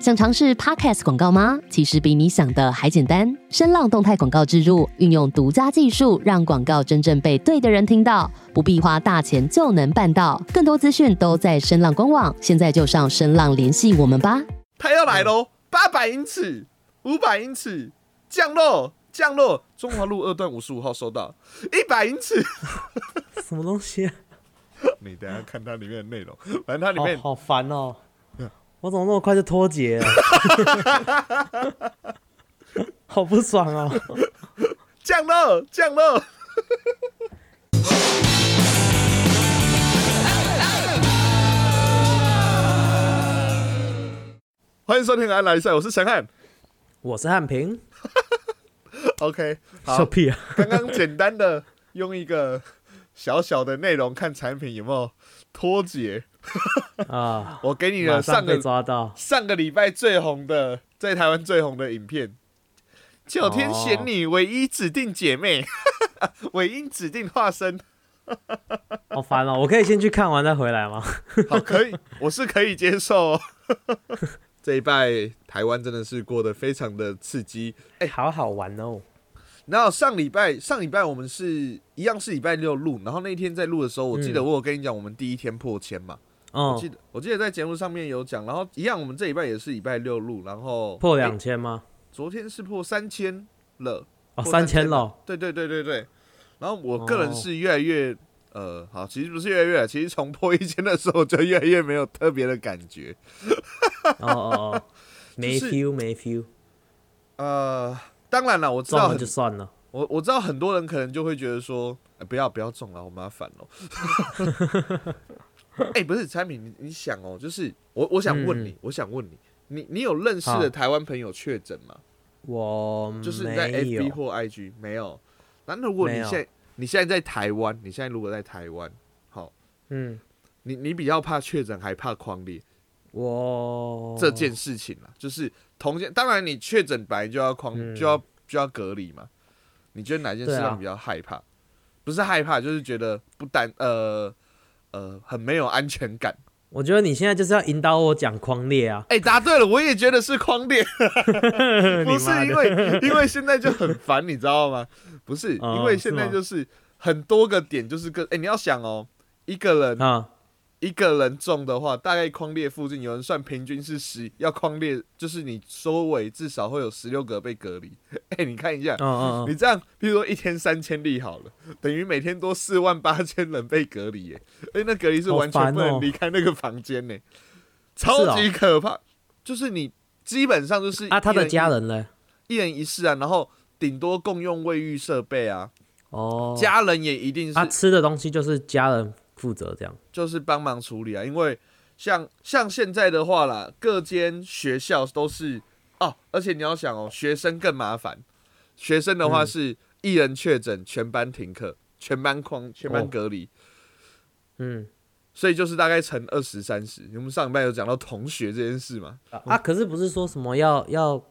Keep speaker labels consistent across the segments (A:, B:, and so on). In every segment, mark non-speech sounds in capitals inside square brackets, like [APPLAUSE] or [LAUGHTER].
A: 想尝试 Podcast 广告吗？其实比你想的还简单。声浪动态广告植入，运用独家技术，让广告真正被对的人听到，不必花大钱就能办到。更多资讯都在声浪官网，现在就上声浪联系我们吧。
B: 他要来喽！八百英尺，五百英尺，降落，降落，中华路二段五十五号收到，一百英尺。
C: 什么东西啊、
B: 你等一下看它里面的内容，反正它里面
C: 好好烦哦、
B: 嗯
C: 我怎么那么快就脱节了？
B: [LAUGHS]
C: 好不爽哦、
B: 降落，降落。欢迎收听《安来赛》，我是陈汉。
C: 我是汉平，
B: OK，
C: 笑
B: 好，
C: 屁
B: [LAUGHS]
C: 啊！
B: 刚刚简单的用一个小小的内容看产品有没有脱节。
C: 啊，
B: 我给你
C: 马
B: 了
C: 上
B: 上
C: 被
B: 个
C: 抓到，
B: 上个礼拜最红的，在台湾最红的影片，《九天玄女唯一指定姐妹》 [LAUGHS] 唯一指定化身。
C: 好烦哦、我可以先去看完再回来吗？
B: 好，可以，我是可以接受、哦。 [LAUGHS] 这一拜台湾真的是过得非常的刺激。
C: 好好玩哦、
B: 然后上礼拜上礼拜我们是一样是礼拜六录，然后那天在录的时候，我记得
C: 嗯
B: 我有跟你讲，我们第一天破千嘛，我记
C: 嗯，
B: 得我记得在节目上面有讲，然后一样我们这礼拜也是礼拜六录，然后
C: 破
B: 诶
C: 两千吗？
B: 昨天是破三千了。
C: 哦，
B: 破
C: 三
B: 3000
C: 千喽。
B: 对对对对对。然后我个
C: 哦
B: 人是越来越、呃，好，其实不是越来越，其实从破一千的时候就越来越没有特别的感觉。 [LAUGHS]
C: 哦哦哦，没
B: 就是
C: feel 没 feel，
B: 呃，当然了，我知
C: 中
B: 道
C: 了
B: 很
C: 就算了。
B: 我我知道很多人可能就会觉得说，呃不要不要中了，好麻烦哦。 [LAUGHS] 哎、不是产品，你你想哦，就是我我想问你，
C: 嗯
B: 我想问你，你你有认识
C: 好
B: 的台湾朋友确诊吗？
C: 我
B: 就是你在
C: 没
B: FB
C: 有，
B: 或 IG 没有？那如果你
C: 没有
B: 现在你现在在台湾，你现在如果在台湾，好，
C: 嗯，
B: 你你比较怕确诊还怕狂烈、
C: 我
B: 这件事情啊？就是同件，当然你确诊本来就要狂，
C: 嗯
B: 就要就要隔离嘛。你觉得哪件事
C: 对啊
B: 让你比较害怕？不是害怕，就是觉得不担呃呃很没有安全感。
C: 我觉得你现在就是要引导我讲狂烈啊！
B: 哎、答对了，我也觉得是狂
C: [LAUGHS]
B: 烈，不
C: 不
B: 是因为因为现在就很烦，你知道吗？不是，
C: 哦
B: 因为现在
C: 是吗
B: 就是很多个点，就是跟哎、你要想哦，一个人
C: 啊，
B: 一个人中的话，大概框列附近有人算平均是十，要框列就是你收尾至少会有十六个被隔离。 [LAUGHS] 哎、你看一下，
C: 嗯嗯
B: 你
C: 嗯，
B: 这样，比如说一天三千例好了，等于每天多四万八千人被隔离耶。哎、那隔离是
C: 好
B: 完全
C: 烦
B: 不
C: 哦
B: 能离开那个房间呢、
C: 哦
B: 超级可怕。就是你基本上就是
C: 啊，他
B: 一
C: 的
B: 人一
C: 家人呢？
B: 一人一室啊，然后顶多共用卫浴设备啊，
C: 哦，
B: 家人也一定是
C: 啊，吃的东西就是家人负责这样。
B: 就是帮忙处理啊，因为像像现在的话啦，各间学校都是哦，而且你要想哦，学生更麻烦。学生的话
C: 嗯
B: 是一人确诊，全班停课，全班框，全班
C: 哦
B: 隔离，
C: 嗯
B: 所以就是大概乘二十三十。我们上礼拜有讲到同学这件事嘛，
C: 啊啊，可是不是说什么要要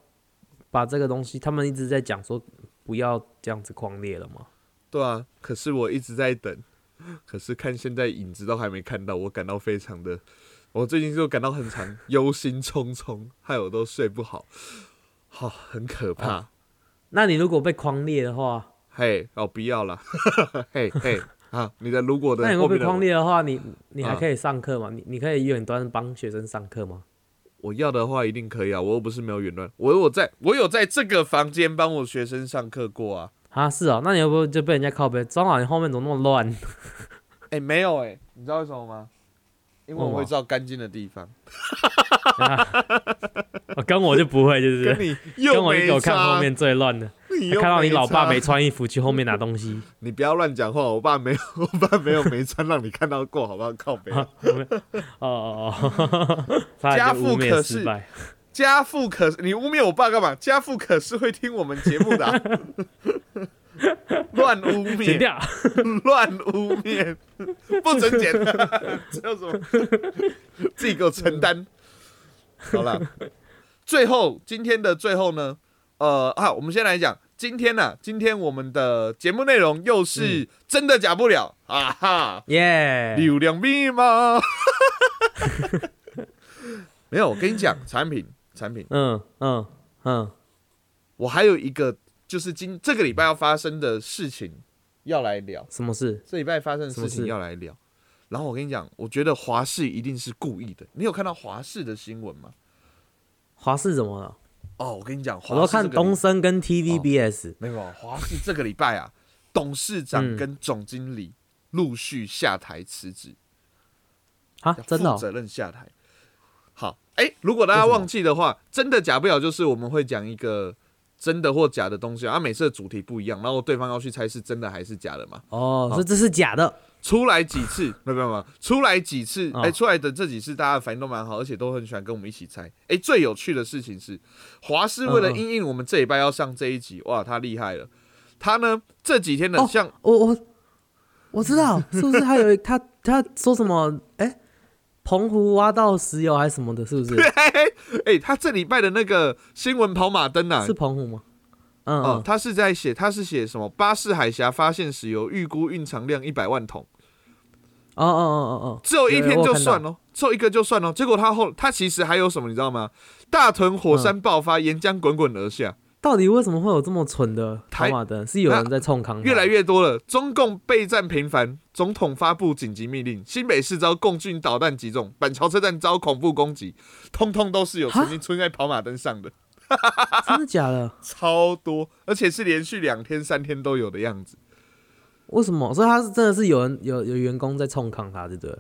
C: 把这个东西，他们一直在讲说不要这样子狂烈了吗？
B: 对啊。可是我一直在等，可是看现在影子都还没看到，我感到非常的，我最近就感到很常忧心忡忡，害我都睡不好，好、很可怕。
C: 那你如果被狂烈的话，
B: 嘿，哦，不要了， [LAUGHS] 嘿嘿，啊，你的如果的
C: 那你如
B: 后
C: 果被
B: 面的
C: 狂
B: 我
C: 烈的话，你你还
B: 啊
C: 可以上课吗？你你可以远端帮学生上课吗？
B: 我要的话一定可以啊，我又不是没有远端，我有在，我有在这个房间帮我学生上课过啊，
C: 啊，是哦，那你会不会就被人家靠背？张老，你后面怎么那么乱？ [LAUGHS]
B: 哎、没有哎、你知道为什么吗？因为
C: 为什
B: 我
C: 么
B: 会照干净的地方，
C: 我哦跟我就不会，就是
B: [LAUGHS] 跟你
C: 跟
B: 又
C: 我一
B: 没
C: 给我看
B: 差
C: 后，面最乱的，
B: 你又
C: 看到你老爸
B: 差
C: 没，穿衣服去后面拿东西，
B: 你不要乱讲话，我爸没有， [LAUGHS] 我爸没有没穿让你看到过，好不好？靠啊背，
C: 哦哦哦，他
B: 家
C: 就
B: 父
C: 污蔑
B: 可
C: 失
B: 是
C: 败。
B: 家父可你污蔑我爸干嘛？家父可是会听我们节目的
C: [LAUGHS]
B: 啊、 [LAUGHS] 乱污蔑。
C: 剪掉，
B: [LAUGHS] 乱污蔑，不准剪，这叫什么？自己给我承担。好啦，最后今天的最后呢，呃啊，我们先来讲今天呢、今天我们的节目内容又是真的假不了、啊哈，
C: 耶！
B: 流 [LAUGHS] 量密码。没有，我跟你讲，产品产品。
C: 嗯嗯嗯，
B: 我还有一个就是今这个礼拜要发生的事情要来聊，
C: 什么事？
B: 这礼拜发生的事
C: 什么
B: 情
C: 事
B: 要来聊。然后我跟你讲，我觉得华视一定是故意的。你有看到华视的新闻吗？
C: 华视怎么了？
B: 哦，我跟你讲，华视
C: 我都看
B: 这个礼
C: 东森跟 TVBS，
B: 没有华视这个礼拜啊，董事长
C: 嗯
B: 跟总经理陆续下台辞职。
C: 啊，真的
B: 负
C: 哦
B: 责任下台。好，哎、如果大家
C: 为什么
B: 忘记的话，真的假不了，就是我们会讲一个真的或假的东西，啊，每次的主题不一样，然后对方要去猜是真的还是假的嘛。
C: 哦，所以这是假的。
B: 出来几
C: [LAUGHS]
B: 次，没有没有没有，出来几次，哎、
C: 哦
B: 出来的这几次大家反应都蛮好，而且都很喜欢跟我们一起猜。哎、最有趣的事情是，华师为了
C: 嗯嗯
B: 应应我们这礼拜要上这一集，哇，他厉害了。他呢这几天呢，
C: 哦
B: 像 [LAUGHS]
C: 我我我知道，是不是还有一他他说什么？哎，澎湖挖到石油还是什么的，是不是？
B: 哎、他这礼拜的那个新闻跑马灯啊，
C: 是澎湖吗？嗯
B: 哦
C: 嗯，
B: 他是在写，他是写什么？巴士海峡发现石油，预估蕴藏量一百万桶，
C: 哦哦哦哦
B: 只有一天
C: 有有
B: 就
C: 我看到
B: 算了，只有一个就算哦了。结果他后，他其实还有什么，你知道吗？大屯火
C: 嗯
B: 山爆发，岩浆滚滚而下，
C: 哦，到底为什么会有这么蠢的跑
B: 台
C: 马灯？是有人在冲康？
B: 越来越多了。中共备战频繁，总统发布紧急命令，新北市遭共军导弹击中，板桥车站遭恐怖攻击，通通都是有
C: 哈
B: 曾经出现在跑马灯上的，
C: 真的假的？
B: 超多，而且是连续两天、三天都有的样子。
C: 为什么？所以他是真的是有人有有员工在冲康他，对不对了？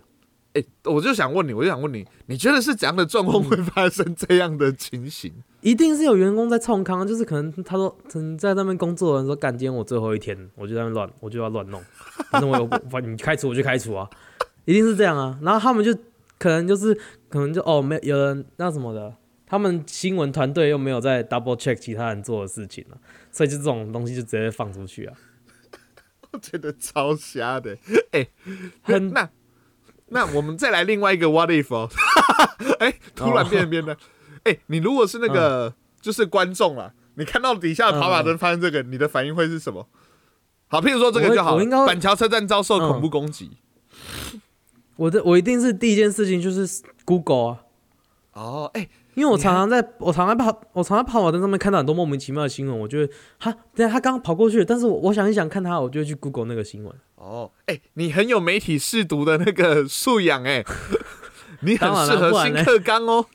B: 哎、我就想问你，我就想问你，你觉得是怎样的状况会发生这样的情形？
C: 一定是有员工在冲康，就是可能他说可能在那边工作的人说，干，今天我最后一天，我就在那边乱，我就要乱弄，反正我有， [LAUGHS] 反正你开除我就开除啊，一定是这样啊。然后他们就可能就是可能就哦，没有人那什么的，他们新闻团队又没有在 double check 其他人做的事情啊，所以就这种东西就直接放出去啊，
B: 我觉得超瞎的。
C: 很
B: 那那我们再来另外一个 what if 哦， [LAUGHS] 哎、突然变
C: 哦
B: 变的。哎、你如果是那
C: 嗯
B: 个、就是观众啦，你看到底下的跑马灯发生这个，你的反应会是什么？好，譬如说这
C: 我
B: 个
C: 会
B: 就好
C: 我应该
B: 了，
C: 会
B: 板桥车站遭受恐怖攻击。
C: 我的我一定是第一件事情就是 Google 啊。
B: 哦，哎、
C: 因为我常常在，我常常在跑，我常常在跑马灯上面看到很多莫名其妙的新闻，我就会哈，等一下他刚刚跑过去了，但是我我想一想看他，我就会去 Google 那个新闻。 [LAUGHS]
B: 哦，哎、你很有媒体试读的那个素养哎、 [LAUGHS] 你很
C: 当然
B: 适
C: 啦不
B: 合
C: 然
B: 新
C: 嘞
B: 课纲哦。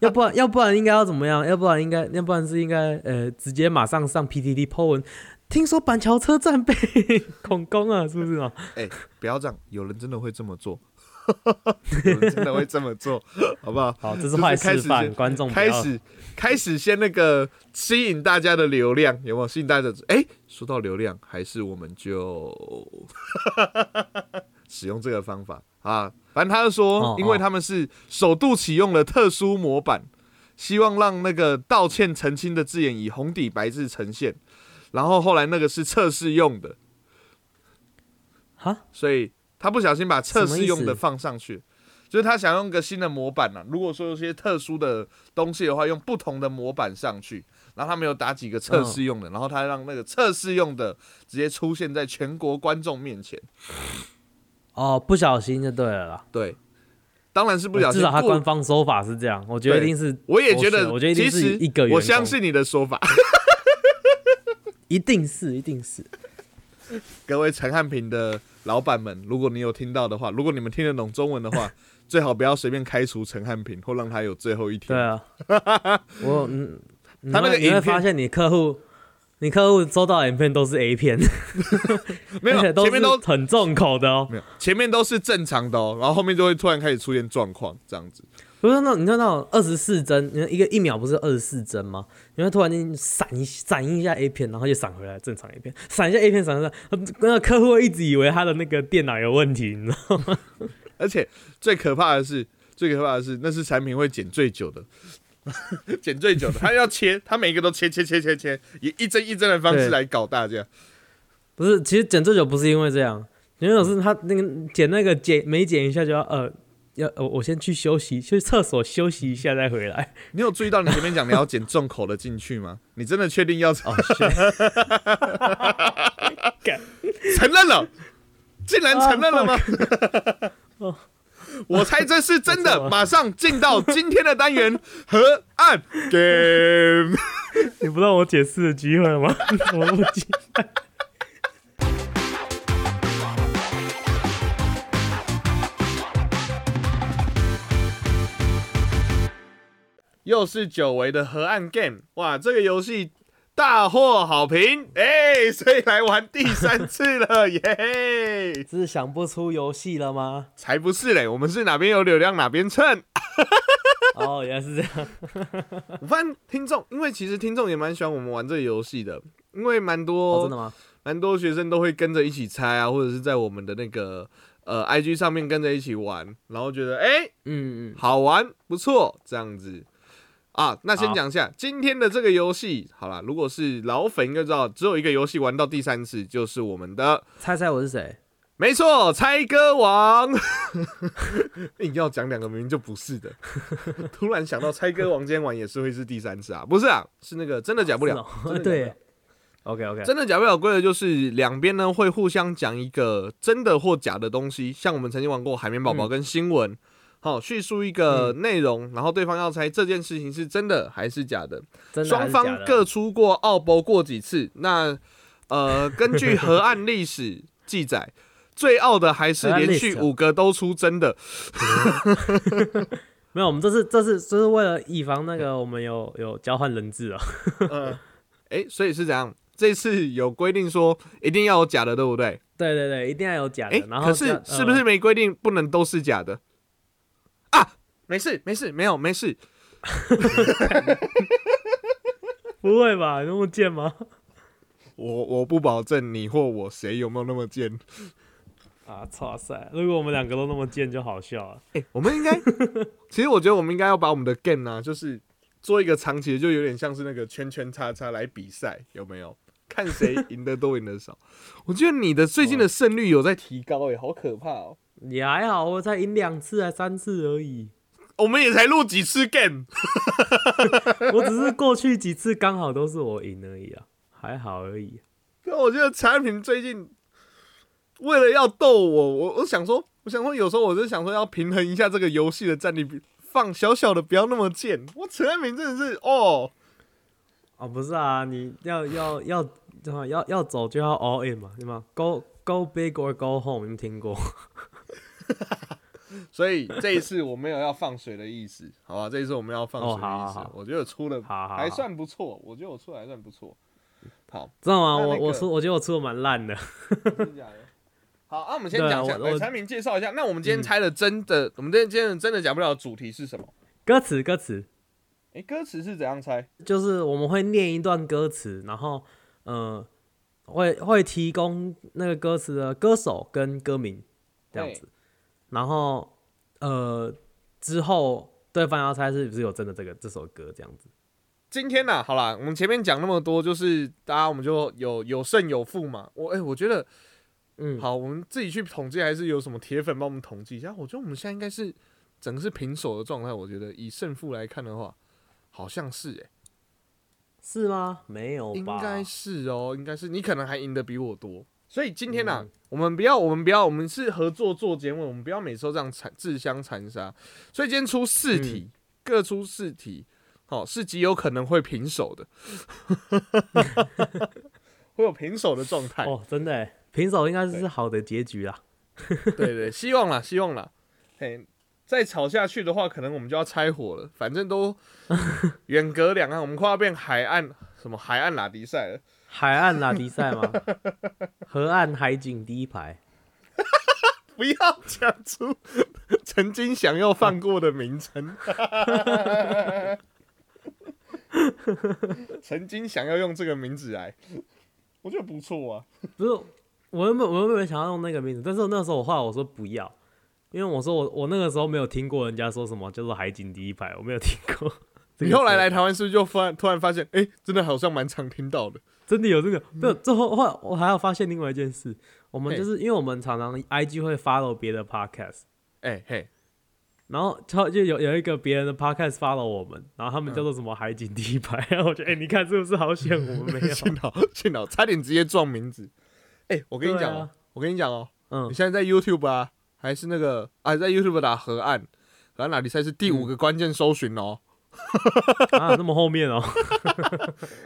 C: 要不然，要不然应该要怎么样？要不然应该，要不然是应该，呃，直接马上上 PTT po 文。听说板桥车站被 [LAUGHS] 恐攻啊，是不是啊？
B: 哎不要这样，有人真的会这么做， [LAUGHS] 有人真的会这么做，好不好？
C: 好，这是坏
B: 就是开
C: 示
B: 始
C: 范，
B: 就
C: 观众不
B: 开
C: 要。
B: 始开始先那个吸引大家的流量，有没有吸引大家的？哎、说到流量，还是我们就 [LAUGHS] 使用这个方法啊。反正他就
C: 哦
B: 说
C: 哦，
B: 因为他们是首度启用了特殊模板，希望让那个道歉澄清的字眼以红底白字呈现。然后后来那个是测试用的，
C: 哈，
B: 所以他不小心把测试用
C: 什么
B: 的
C: 意思
B: 放上去，就是他想用个新的模板啊。如果说有些特殊的东西的话，用不同的模板上去，然后他们有打几个测试
C: 嗯
B: 用的，然后他让那个测试用的直接出现在全国观众面前。
C: 哦，不小心就对了啦。
B: 对，当然是不小心。
C: 至少他
B: 不
C: 官方说法是这样，我觉得
B: 对
C: 一定是，
B: 我也觉
C: 我
B: 得，
C: 选我觉得一定
B: 其
C: 是
B: 实
C: 一个员工
B: 我相信你的说法。 [LAUGHS]
C: 一定是，一定是。
B: 各位陈汉平的老板们，如果你有听到的话，如果你们听得懂中文的话， [LAUGHS] 最好不要随便开除陈汉平，或让他有最后一天。
C: 对
B: [LAUGHS]
C: 啊，我嗯，你
B: 他那个
C: 会你
B: 影
C: 会
B: 片
C: 发现你客户，你客户收到的影片都是 A 片，
B: 没有
C: 而且，
B: 前面都
C: 是很重口的哦。
B: 没有，前面都是正常的哦，然后后面就会突然开始出现状况，这样子。
C: 不是那种，你知道那种二十四帧，你看一个一秒不是二十四帧吗？你会突然间闪一闪一下 A 片，然后就闪回来正常 A 片，闪一下 A 片，闪一下，那个客户会一直以为他的那个电脑有问题，你知道吗？
B: 而且最可怕的是，最可怕的是那是产品会剪最久的， [LAUGHS] 剪最久的，他要切，他每一个都切切切切切，以一针一针的方式
C: 对
B: 来搞大家。
C: 不是，其实剪最久不是因为这样，剪最久是他那个剪那个剪每剪一下就要呃要呃我先去休息，去厕所休息一下再回来。
B: 你有注意到你前面讲你要剪重口的进去吗？你真的确定要
C: [LAUGHS] 哦，是，
B: 承认了？竟然承认了吗？ [LAUGHS] 我猜这是真
C: 我错
B: 的。
C: 了
B: 马上进到今天的单元河岸 game。
C: 你不让我解释的机会 [LAUGHS] 吗？我不记。 [LAUGHS]
B: 又是久违的河岸 game，哇，这个游戏大获好评，哎、所以来玩第三次了，耶、 [LAUGHS]
C: 是想不出游戏了吗？
B: 才不是嘞，我们是哪边有流量哪边蹭。
C: 哦，原来是这样。
B: 我发现听众，因为其实听众也蛮喜欢我们玩这个游戏的，因为蛮
C: 哦，
B: 多
C: 真的吗？
B: 蛮、多学生都会跟着一起猜啊，或者是在我们的那个呃 IG 上面跟着一起玩，然后觉得哎、
C: 嗯嗯，
B: 好玩不错这样子。啊，那先
C: 好
B: 讲一下今天的这个游戏，好啦，如果是老粉应该知道，只有一个游戏玩到第三次，就是我们的
C: 猜猜我是谁？
B: 没错，猜歌王， [LAUGHS] 硬要讲两个明明就不是的，突然想到猜歌王今天玩也是会是第三次啊，不是啊，是那个真的假不了，
C: 是哦对，OK OK，
B: 真的假不了规则就是两边呢会互相讲一个真的或假的东西，像我们曾经玩过海绵宝
C: 嗯
B: 宝跟新闻，好、叙述一个内容，然后对方要猜这件事情是真的还是假的，
C: 真的
B: 双
C: 还是假
B: 方
C: 的
B: 各出过奥博过几次。那
C: [LAUGHS]
B: 呃，根据河岸历史记载，最傲的还是
C: 河岸
B: 连
C: 历
B: 续
C: 史啊
B: 五个都出真
C: [LAUGHS]
B: 的。
C: 没有，我们这次这次就是为了以防那个我们有有交换人质啊。 [LAUGHS]
B: 嗯，哎，所以是怎样？这次有规定说一定要有假的，对不对？
C: 对对对，一定要有假的
B: 哎，。
C: 然后呃
B: 可
C: 这
B: 是
C: 样
B: 是不是？没规定不能都是假的啊？没事没事，没有没事，
C: 呃不会吧？有那么贱吗？ [LAUGHS]
B: 我我不保证你或我谁有没有那么贱。
C: 啊，操塞！如果我们两个都那么贱，就好笑啊了。
B: 欸我们应该，其实我觉得我们应该要把我们的 game 呢、就是做一个长期的，就有点像是那个圈圈叉叉来比赛，有没有？看谁赢得多，赢得少。我觉得你的最近的胜率有在提高、欸，哎，好可怕哦、
C: 也还好，我才赢两次还三次而
B: [LAUGHS]
C: 已。
B: 我们也才录几次 game，
C: 我只是过去几次刚好都是我赢而已啊，还好而已。
B: 但我觉得产品最近为了要逗我，我我想说，我想说，有时候我就想说要平衡一下这个游戏的战力，放小小的，不要那么贱。我陈安平真的是哦，
C: 哦，不是啊，你要要要怎么要要走就要 all in 嘛，对吗？Go go big or go home，你们听过？
B: 所以这一次我没有要放水的意思， [LAUGHS] 好吧？这一次我们要放水的意思，
C: 哦好好好
B: 我觉得我出的
C: 好好好
B: 还算不错，我觉得我出的还算不错。
C: [LAUGHS]
B: 好，
C: 知道吗？
B: 那那
C: 我我
B: 个
C: 出我觉得我出的蛮烂的。 [LAUGHS]
B: 真的假的？好，那、我们先
C: 对啊
B: 讲一下
C: 我
B: 来
C: 我嗯
B: 产品介绍一下。那我们今天猜的真的，我们今天今天真的讲不了的主题是什么？
C: 歌词歌词
B: 诶，歌词是怎样猜？
C: 就是我们会念一段歌词，然后呃会会提供那个歌词的歌手跟歌名这样子，然后呃之后对方要猜是不是有真的这个这首歌这样子。
B: 今天呢、啊好啦，我们前面讲那么多，就是大家我们就有有胜有负嘛。我哎、我觉得 [LAUGHS]
C: 嗯，
B: 好，我们自己去统计，还是有什么铁粉帮我们统计一下？我觉得我们现在应该是整个是平手的状态。我觉得以胜负来看的话，好像是哎、
C: 是吗？没有
B: 应
C: 吧？
B: 该是哦，应该是你可能还赢得比我多。所以今天呢、
C: 嗯
B: 我们不要，我们不要，我们是合作做节目，我们不要每次都这样残自相残杀。所以今天出四题，各出四题，好、是极有可能会平手的，会有平手的状态。
C: 哦，真的耶，平手应该是好的结局啊。
B: [LAUGHS] 对对，希望啦，希望啦。嘿，再吵下去的话，可能我们就要拆伙了。反正都远隔两岸，我们快要变海岸什么海岸拉迪赛了。
C: 海岸拉
B: [LAUGHS]
C: 迪赛嘛，河岸海景第一排。
B: 不要讲出曾经想要放过的名 [LAUGHS] 称，曾经想要用这个名字来，我觉得不错啊。
C: 不是，我原本我原本想要用那个名字，但是我那时候我后来我说不要，因为我说我我那个时候没有听过人家说什么叫做海景第一排，我没有听
B: [LAUGHS]
C: 过这个说法。
B: 你后来来台湾是不是就突然突然发现，哎、真的好像蛮常听到的。
C: 真的有这个？没有，最后后来我还要发现另外一件事，我
B: 嗯
C: 们
B: 嘿 [LAUGHS]
C: 就是因为我们常常 IG 会 follow 别的 podcast，
B: 哎、嘿，
C: 然后他就有有一个别人的 podcast follow 我们，然后他们叫做什么海景第一排，然后我觉得哎、你看是不是好险我们没有？
B: 幸 [LAUGHS] 好幸好，差点直接撞名字。哎、我跟你
C: 对
B: 讲
C: 啊
B: 哦、我跟你讲哦、
C: 嗯
B: 你，现在在 YouTube 啊，还是那个啊，在 YouTube 打河岸，河岸拉力赛是第五个关键搜寻哦。
C: 啊，那么后面哦，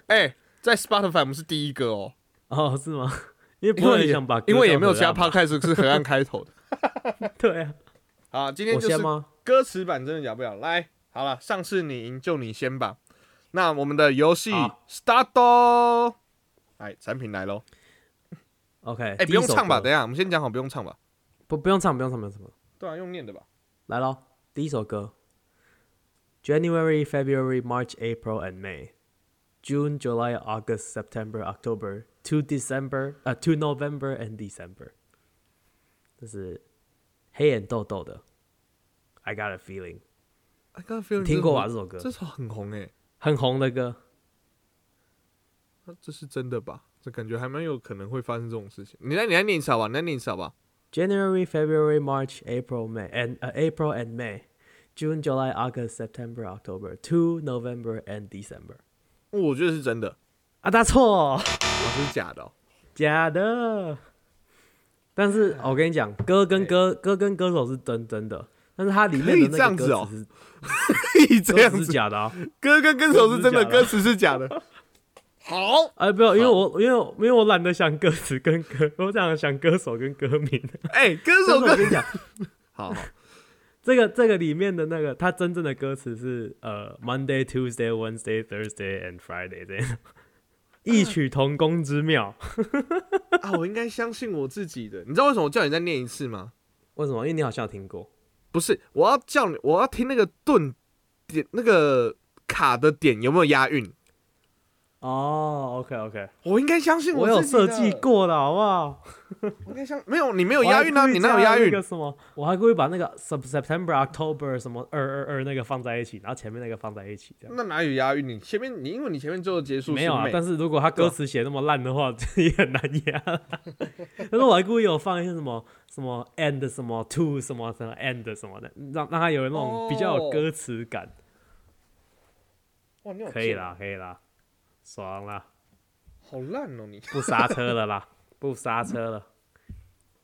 B: 哎、在 Spotify 我们是第一个哦，
C: 哦是吗？因为
B: 因
C: 不
B: 为
C: 会
B: 也
C: 想把，
B: 因为也没有其他 Podcast 是河岸开头的。
C: 对啊，
B: 啊，今天
C: 我
B: 就是
C: 先吗？
B: 歌词版真的假不了。来，好了，上次你赢就你先吧。那我们的游戏
C: 好
B: start 哦，哎，产品来喽。
C: OK，
B: 哎、
C: 哎
B: 不用唱吧？等一下，我们先讲好，不用唱吧。
C: 不不用唱，不用唱，不用唱。
B: 对啊，用念的吧。
C: 来咯，第一首歌：January, February, March, April, and May, June, July, August, September, October, to December, 呃、t o November and December。这是黑眼豆豆的，I got a feeling，
B: I got a feeling
C: 听过吧
B: 这
C: 这
B: 首
C: 首歌
B: 这首很红哎、
C: 很红的歌。
B: 这是真的吧？这感觉还蛮有可能会发生这种事情。你来，你来念一下吧，你来念一下吧。
C: January, February, March, April, May, and uh, April and May, June, July, August, September, October, to November and December。
B: 哦我觉得是真的，
C: 啊，大错。
B: 我是假
C: [LAUGHS]
B: 的哦、
C: 假的。但
B: 哎
C: 是我跟你讲，歌跟歌歌跟歌手是真真的，但是它里
B: 可以
C: 面
B: 这
C: 的那
B: 样
C: 个
B: 子哦
C: 歌词是
B: 你 [LAUGHS] 这样
C: 歌词是
B: 子，
C: 假的啊！
B: 歌跟歌手是真的，歌
C: 歌
B: 词是假的。好，
C: 哎，不要，因为我因为我因为我懒得想歌词跟歌，我想想歌手跟歌名。
B: 哎、歌
C: 但
B: 手
C: 是我
B: 跟
C: [LAUGHS] 跟你讲，
B: 好好
C: 这个这个里面的那个，它真正的歌词是呃，Monday, Tuesday, Wednesday, Thursday and Friday 这样，异曲同工之妙。
B: 啊，我应该相信我自己的。你知道为什么我叫你再念一次吗？
C: 为什么？因为你好像有听过。
B: 不是，我要叫你，我要听那个顿点，那个卡的点有没有押韵？
C: 哦，OK OK，
B: 我应该相信
C: 我有
B: 自己的
C: 设计，过的好不好？
B: 我应该相没有，你没有
C: 我
B: 押
C: 还
B: 韵啊，
C: 故意
B: 你哪有
C: 加
B: 押
C: 那
B: 韵？
C: 个什么，我还故意把那个 Sep- September、October 什么二二二那个放在一起，然后前面那个放在一起，这样
B: 那哪有押韵？你前面你因为你前面最后结束
C: 没有啊
B: 妹？
C: 但是如果他歌词写那么烂的话，也很难压。 [LAUGHS] 但是我还故意有放一些什么什么 and 什么 to 什么什么 and 什么的，让让他有那种比较有歌词感。
B: 哇，你好
C: 可以
B: 贱，
C: 啦，可以啦，爽啦，
B: 好烂
C: [LAUGHS]
B: 哦你
C: 不刹车了啦， [LAUGHS] 不刹车了。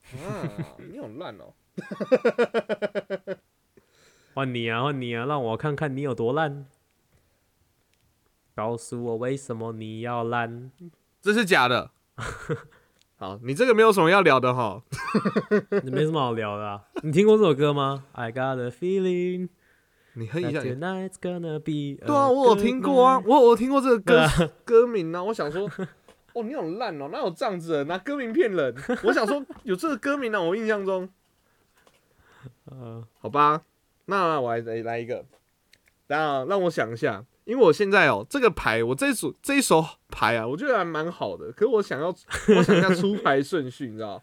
B: 啊，你好烂哦。
C: 换你啊，换你啊，让我看看你有多烂。告诉我为什么你要烂。
B: 这是假
C: [LAUGHS]
B: 的。好，你这个没有什么要聊的哈。
C: [LAUGHS] 你没什么好聊的、啊。你听过这首歌吗？I got a feeling
B: 你哼一
C: that
B: 下。你
C: tonight's gonna be。
B: 对啊，我有听过啊，。我有听过这个
C: 嗯对
B: 歌
C: 啊
B: [LAUGHS] 歌名啊。我想说，哦，你好烂哦，哪有这样子的拿歌名骗人？我想说有这个歌名啊，我印象中。
C: [LAUGHS] 呃，
B: 好吧，那我来来来一个，那让我想一下，因为我现在哦，这个牌我这一组这一手牌啊，我觉得还蛮好的，可是我想要我想一下出牌顺序，你知道？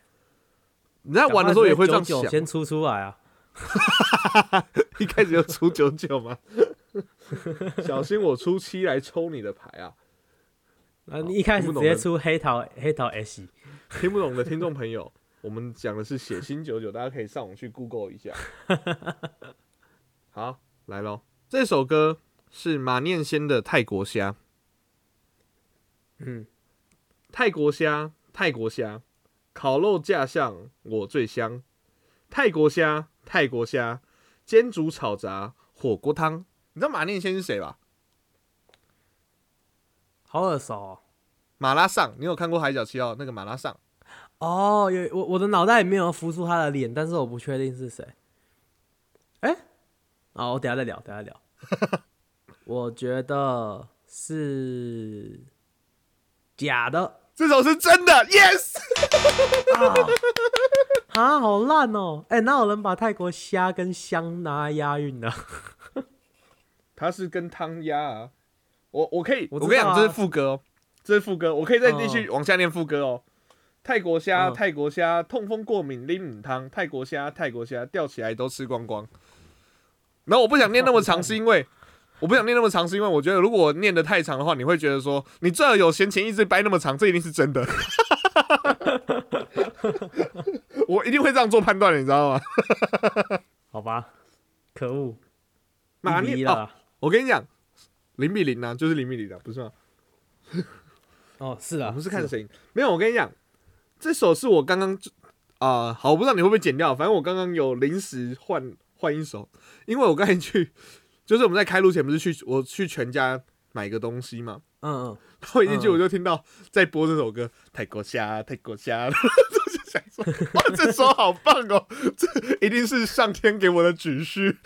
B: 你在玩的时候也会这样
C: 九
B: 想
C: 九，先出出来啊。
B: 一开始就出九九吗？ [LAUGHS] 小心我出七来抽你的牌啊！
C: 啊，你一开始
B: 听不
C: 直
B: 懂的
C: 接出黑桃黑桃 S，
B: 听不懂的听众朋友， [LAUGHS] 我们讲的是血腥九九，大家可以上网去 Google 一下。 [LAUGHS] 好，来喽，这首歌是马念先的《泰国虾》。
C: 嗯，
B: 泰国虾，泰国虾，烤肉架上我最香。泰国虾，泰国虾，煎煮炒炸火锅汤。你知道马念先是谁吧？
C: 好耳熟哦。
B: 马拉上，你有看过《海角七号》那个马拉上？
C: 哦，有我我的脑袋里面有浮出他的脸，但是我不确定是谁。哎、哦，我等一下再聊，等一下聊。 [LAUGHS] 我觉得是假的。
B: 这首是真的，yes。
C: 啊，啊，好烂哦！哎、哪有人把泰国虾跟香拿来押韵啊的？
B: 他是跟汤鸭啊。我我可以，
C: 我
B: 我
C: 知道啊
B: 跟你讲，这是副歌哦，这是副歌，我可以再继续往下念副歌哦。泰国虾，
C: 嗯
B: 泰国虾，痛风过敏拎母汤，泰国虾，泰国虾，吊起来都吃光光。然后我不想念那么
C: [LAUGHS]
B: 长，是因为我不想念那么长，是因为我觉得如果我念的太长的话，你会觉得说你最好有闲情逸致掰那么长，这一定是真
C: [LAUGHS]
B: 的。我一定会这样做判断的，你知道吗？
C: [LAUGHS] 好吧，可恶，
B: 马
C: [LAUGHS] 一比一
B: [LAUGHS] 念哦，
C: 啦！
B: 我跟你讲，零比零啊，就是零比零的、不是吗？
C: 哦，是啊，
B: 我们是看
C: 啊
B: 谁赢。没有，我跟你讲，这首是我刚刚就啊、好，我不知道你会不会剪掉，反正我刚刚有临时换换一首，因为我刚才去，就是我们在开录前不是去我去全家买个东西嘛，
C: 嗯嗯，
B: 然后一进去
C: 嗯
B: 我就听到在播这首歌《泰国虾》，泰国虾， [LAUGHS] 我就想说，哇，这首好棒哦，这一定是上天给我的指示。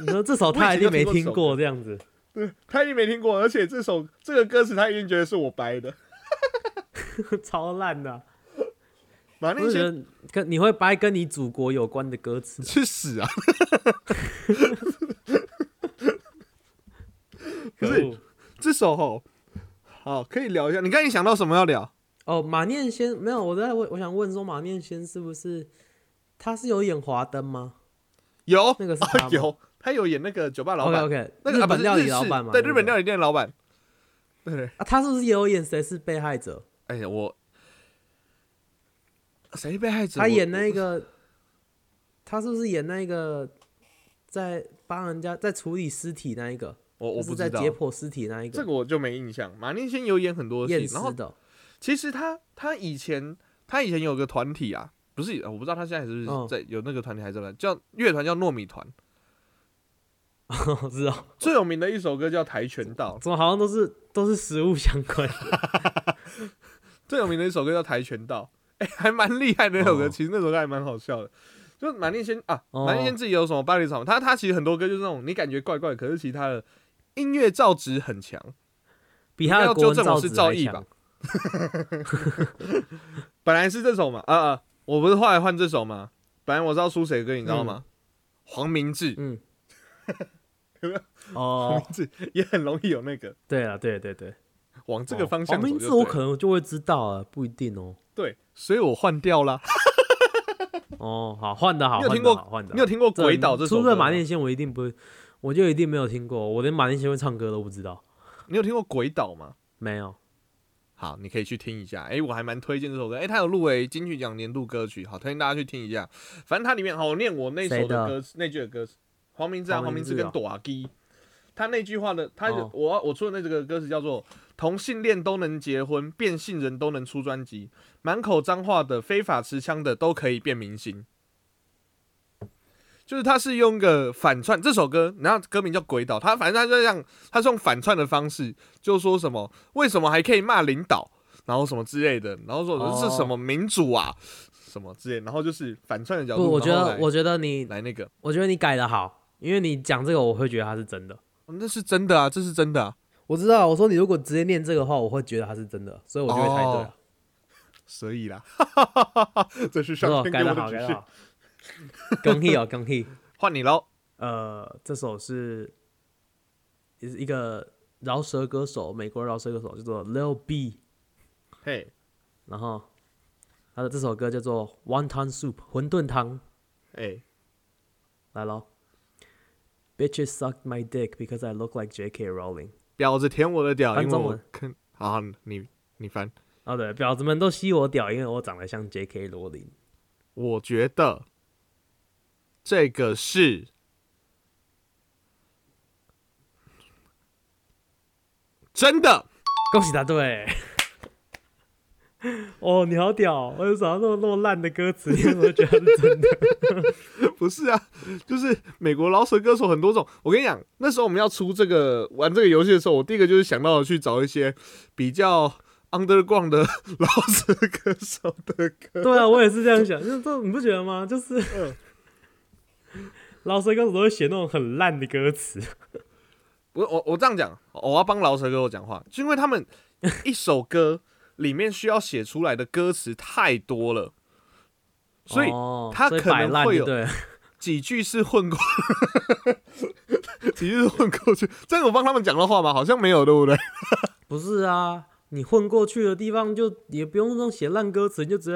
C: 你说这首他一定没听过这样子，
B: 对，他一定没听过，而且这首这个歌词他一定觉得是我掰的。
C: [LAUGHS] 超烂的啊、
B: 马
C: 我
B: 那
C: 就觉
B: 些
C: 得跟你会掰跟你祖国有关的
B: [LAUGHS]
C: 歌词，
B: 去死啊！
C: 可
B: 是
C: 恶
B: 这首吼，好可以聊一下。你刚才想到什么要聊？
C: 哦，马念先没有，我在问，我想问说马念先是不是他是有演华灯吗？
B: 有
C: 那个是
B: 啊
C: 他吗
B: 有，他有演那个酒吧老
C: OK
B: 板
C: OK，
B: 那个
C: 日
B: 啊不
C: 本
B: 是
C: 料理
B: 日
C: 老
B: 式
C: 板嘛，
B: 对，日
C: 那个
B: 本料理店老板，对对。
C: 啊，他是不是也有演谁是被害者？
B: 哎呀，我谁被害者？
C: 他
B: 我
C: 演那个，他是不是演那个在帮人家在处理尸体那一个？
B: 我我
C: 就是
B: 不
C: 在
B: 知道
C: 解剖尸体那一
B: 这
C: 个
B: 个我就没印象。马念先有演很多
C: 验
B: 戏，
C: 尸
B: 然后
C: 的。 [LAUGHS]
B: 其实他他以前他以前有个团体啊，不是我不知道他现在是不
C: 嗯
B: 是在、有那个团体还是在叫乐团叫糯米团，
C: 我知道，
B: 最有名的一首歌叫《跆拳道》，
C: 怎么好像都是都是食物相关的？
B: 最有名的一首歌叫《跆拳道》， [LAUGHS] 哎、还蛮厉害的那首歌。
C: 哦
B: 其实那首歌还蛮好笑的，就是马念先啊，
C: 哦
B: 马念先自己有什么巴黎草莓，他他其实很多歌就是那种你感觉怪怪，可是其他的音乐造纸很强。
C: 比他的
B: 要
C: 国
B: 纠
C: 文
B: 正我
C: 造
B: 是
C: 纸
B: 造
C: 还
B: 诣吧
C: 强。？
B: 本来是这首嘛，啊啊，我不是后来换这首吗？本来我知道出谁的歌，你知道吗？黄明志，
C: 嗯
B: 黄
C: 哦
B: 明，志 [LAUGHS] 也很容易有那个
C: 对啊，对对对，
B: 往这个方向
C: 哦
B: 走就
C: 黄明
B: 对
C: 志
B: 了。
C: 我可能就会知道啊，不一定哦。
B: 对，所以我换掉啦。
C: 哦，好，换的好，
B: 你有听
C: 换
B: 过
C: 的好，换的
B: 你有听过《鬼岛》这首
C: 除
B: 歌
C: 了
B: 吗
C: 马？念先，我一定不会，我就一定没有听过，我连马念先会唱歌都不知道，
B: 你有听过《鬼岛》吗？
C: 没有。
B: 好，你可以去听一下。哎、我还蛮推荐这首歌。哎、它有入围金曲奖年度歌曲，好，推荐大家去听一下。反正它里面，好，哦我念我那首
C: 谁
B: 的
C: 的
B: 歌词，那句的歌词，黄明志啊，
C: 黄
B: 黄明
C: 明
B: 志
C: 志
B: 跟
C: 哦
B: 朵阿基，他那句话的，他、
C: 哦
B: 我我出的那这个歌词叫做“同性恋都能结婚，变性人都能出专辑，满口脏话的、非法持枪的都可以变明星”。就是他是用个反串这首歌，然后歌名叫《鬼岛》，他反正他就这样，他是用反串的方式，就说什么为什么还可以骂领导，然后什么之类的，然后说
C: 哦
B: 这是什么民主啊，什么之类的，然后就是反串的角
C: 不，
B: 度，
C: 我觉
B: 然后
C: 得
B: 来，
C: 我觉得你，
B: 来那个、
C: 我觉得你改的好，因为你讲这个，我会觉得它是真的。
B: 哦那是真的啊，这是真的啊，
C: 我知道，我说你如果直接念这个话，我会觉得它是真的，所以我就会猜对了。
B: 所以啦， [LAUGHS] 这是
C: 不
B: 上
C: 错，
B: 天
C: 改
B: 给我
C: 的
B: 的
C: 好，
B: 指
C: 改的
B: 示，
C: 好。恭喜哦，恭喜！
B: [LAUGHS] 换你喽。
C: 呃，这首是也是一个饶舌歌手，美国饶舌歌手叫做 Lil B，
B: 嘿，
C: 然后他的这首歌叫做 Wonton Soup 馄饨汤，
B: 哎，
C: 来喽。Bitches sucked my dick because I look like J.K. Rowling。
B: 婊子舔我的屌，
C: 翻
B: 因为
C: 中
B: 我
C: 文
B: 看，好，你你翻，
C: 哦，对，婊子们都吸我屌，因为我长得像 J.K. 罗琳。
B: 我觉得这个是真的。
C: 恭喜答对！ [LAUGHS] 哦，你好屌哦！我有找到那么那么烂的歌词，你怎么觉得是真的？
B: [LAUGHS] 不是啊，就是美国饶舌歌手很多种。我跟你讲，那时候我们要出这个玩这个游戏的时候，我第一个就是想到去找一些比较 underground 的 [LAUGHS] 饶舌歌手的歌。
C: [LAUGHS] 对啊，我也是这样想，就是这你不觉得吗？就是
B: 嗯，
C: [LAUGHS] 老舌歌手都会写那种很烂的歌词。
B: 我我我这样讲，我要帮饶舌歌手讲话，就因为他们一首歌里面需要写出来的歌词太多了，所以
C: 哦
B: 他
C: 所以
B: 可能
C: 摆烂
B: 会
C: 就
B: 有
C: 对了，
B: 几句是混过， [LAUGHS] 几句是混过去。这样有帮他们讲的话吗？好像没有，对不对？
C: 不是啊？你混过去的地方就也不用那种写烂歌词，你就直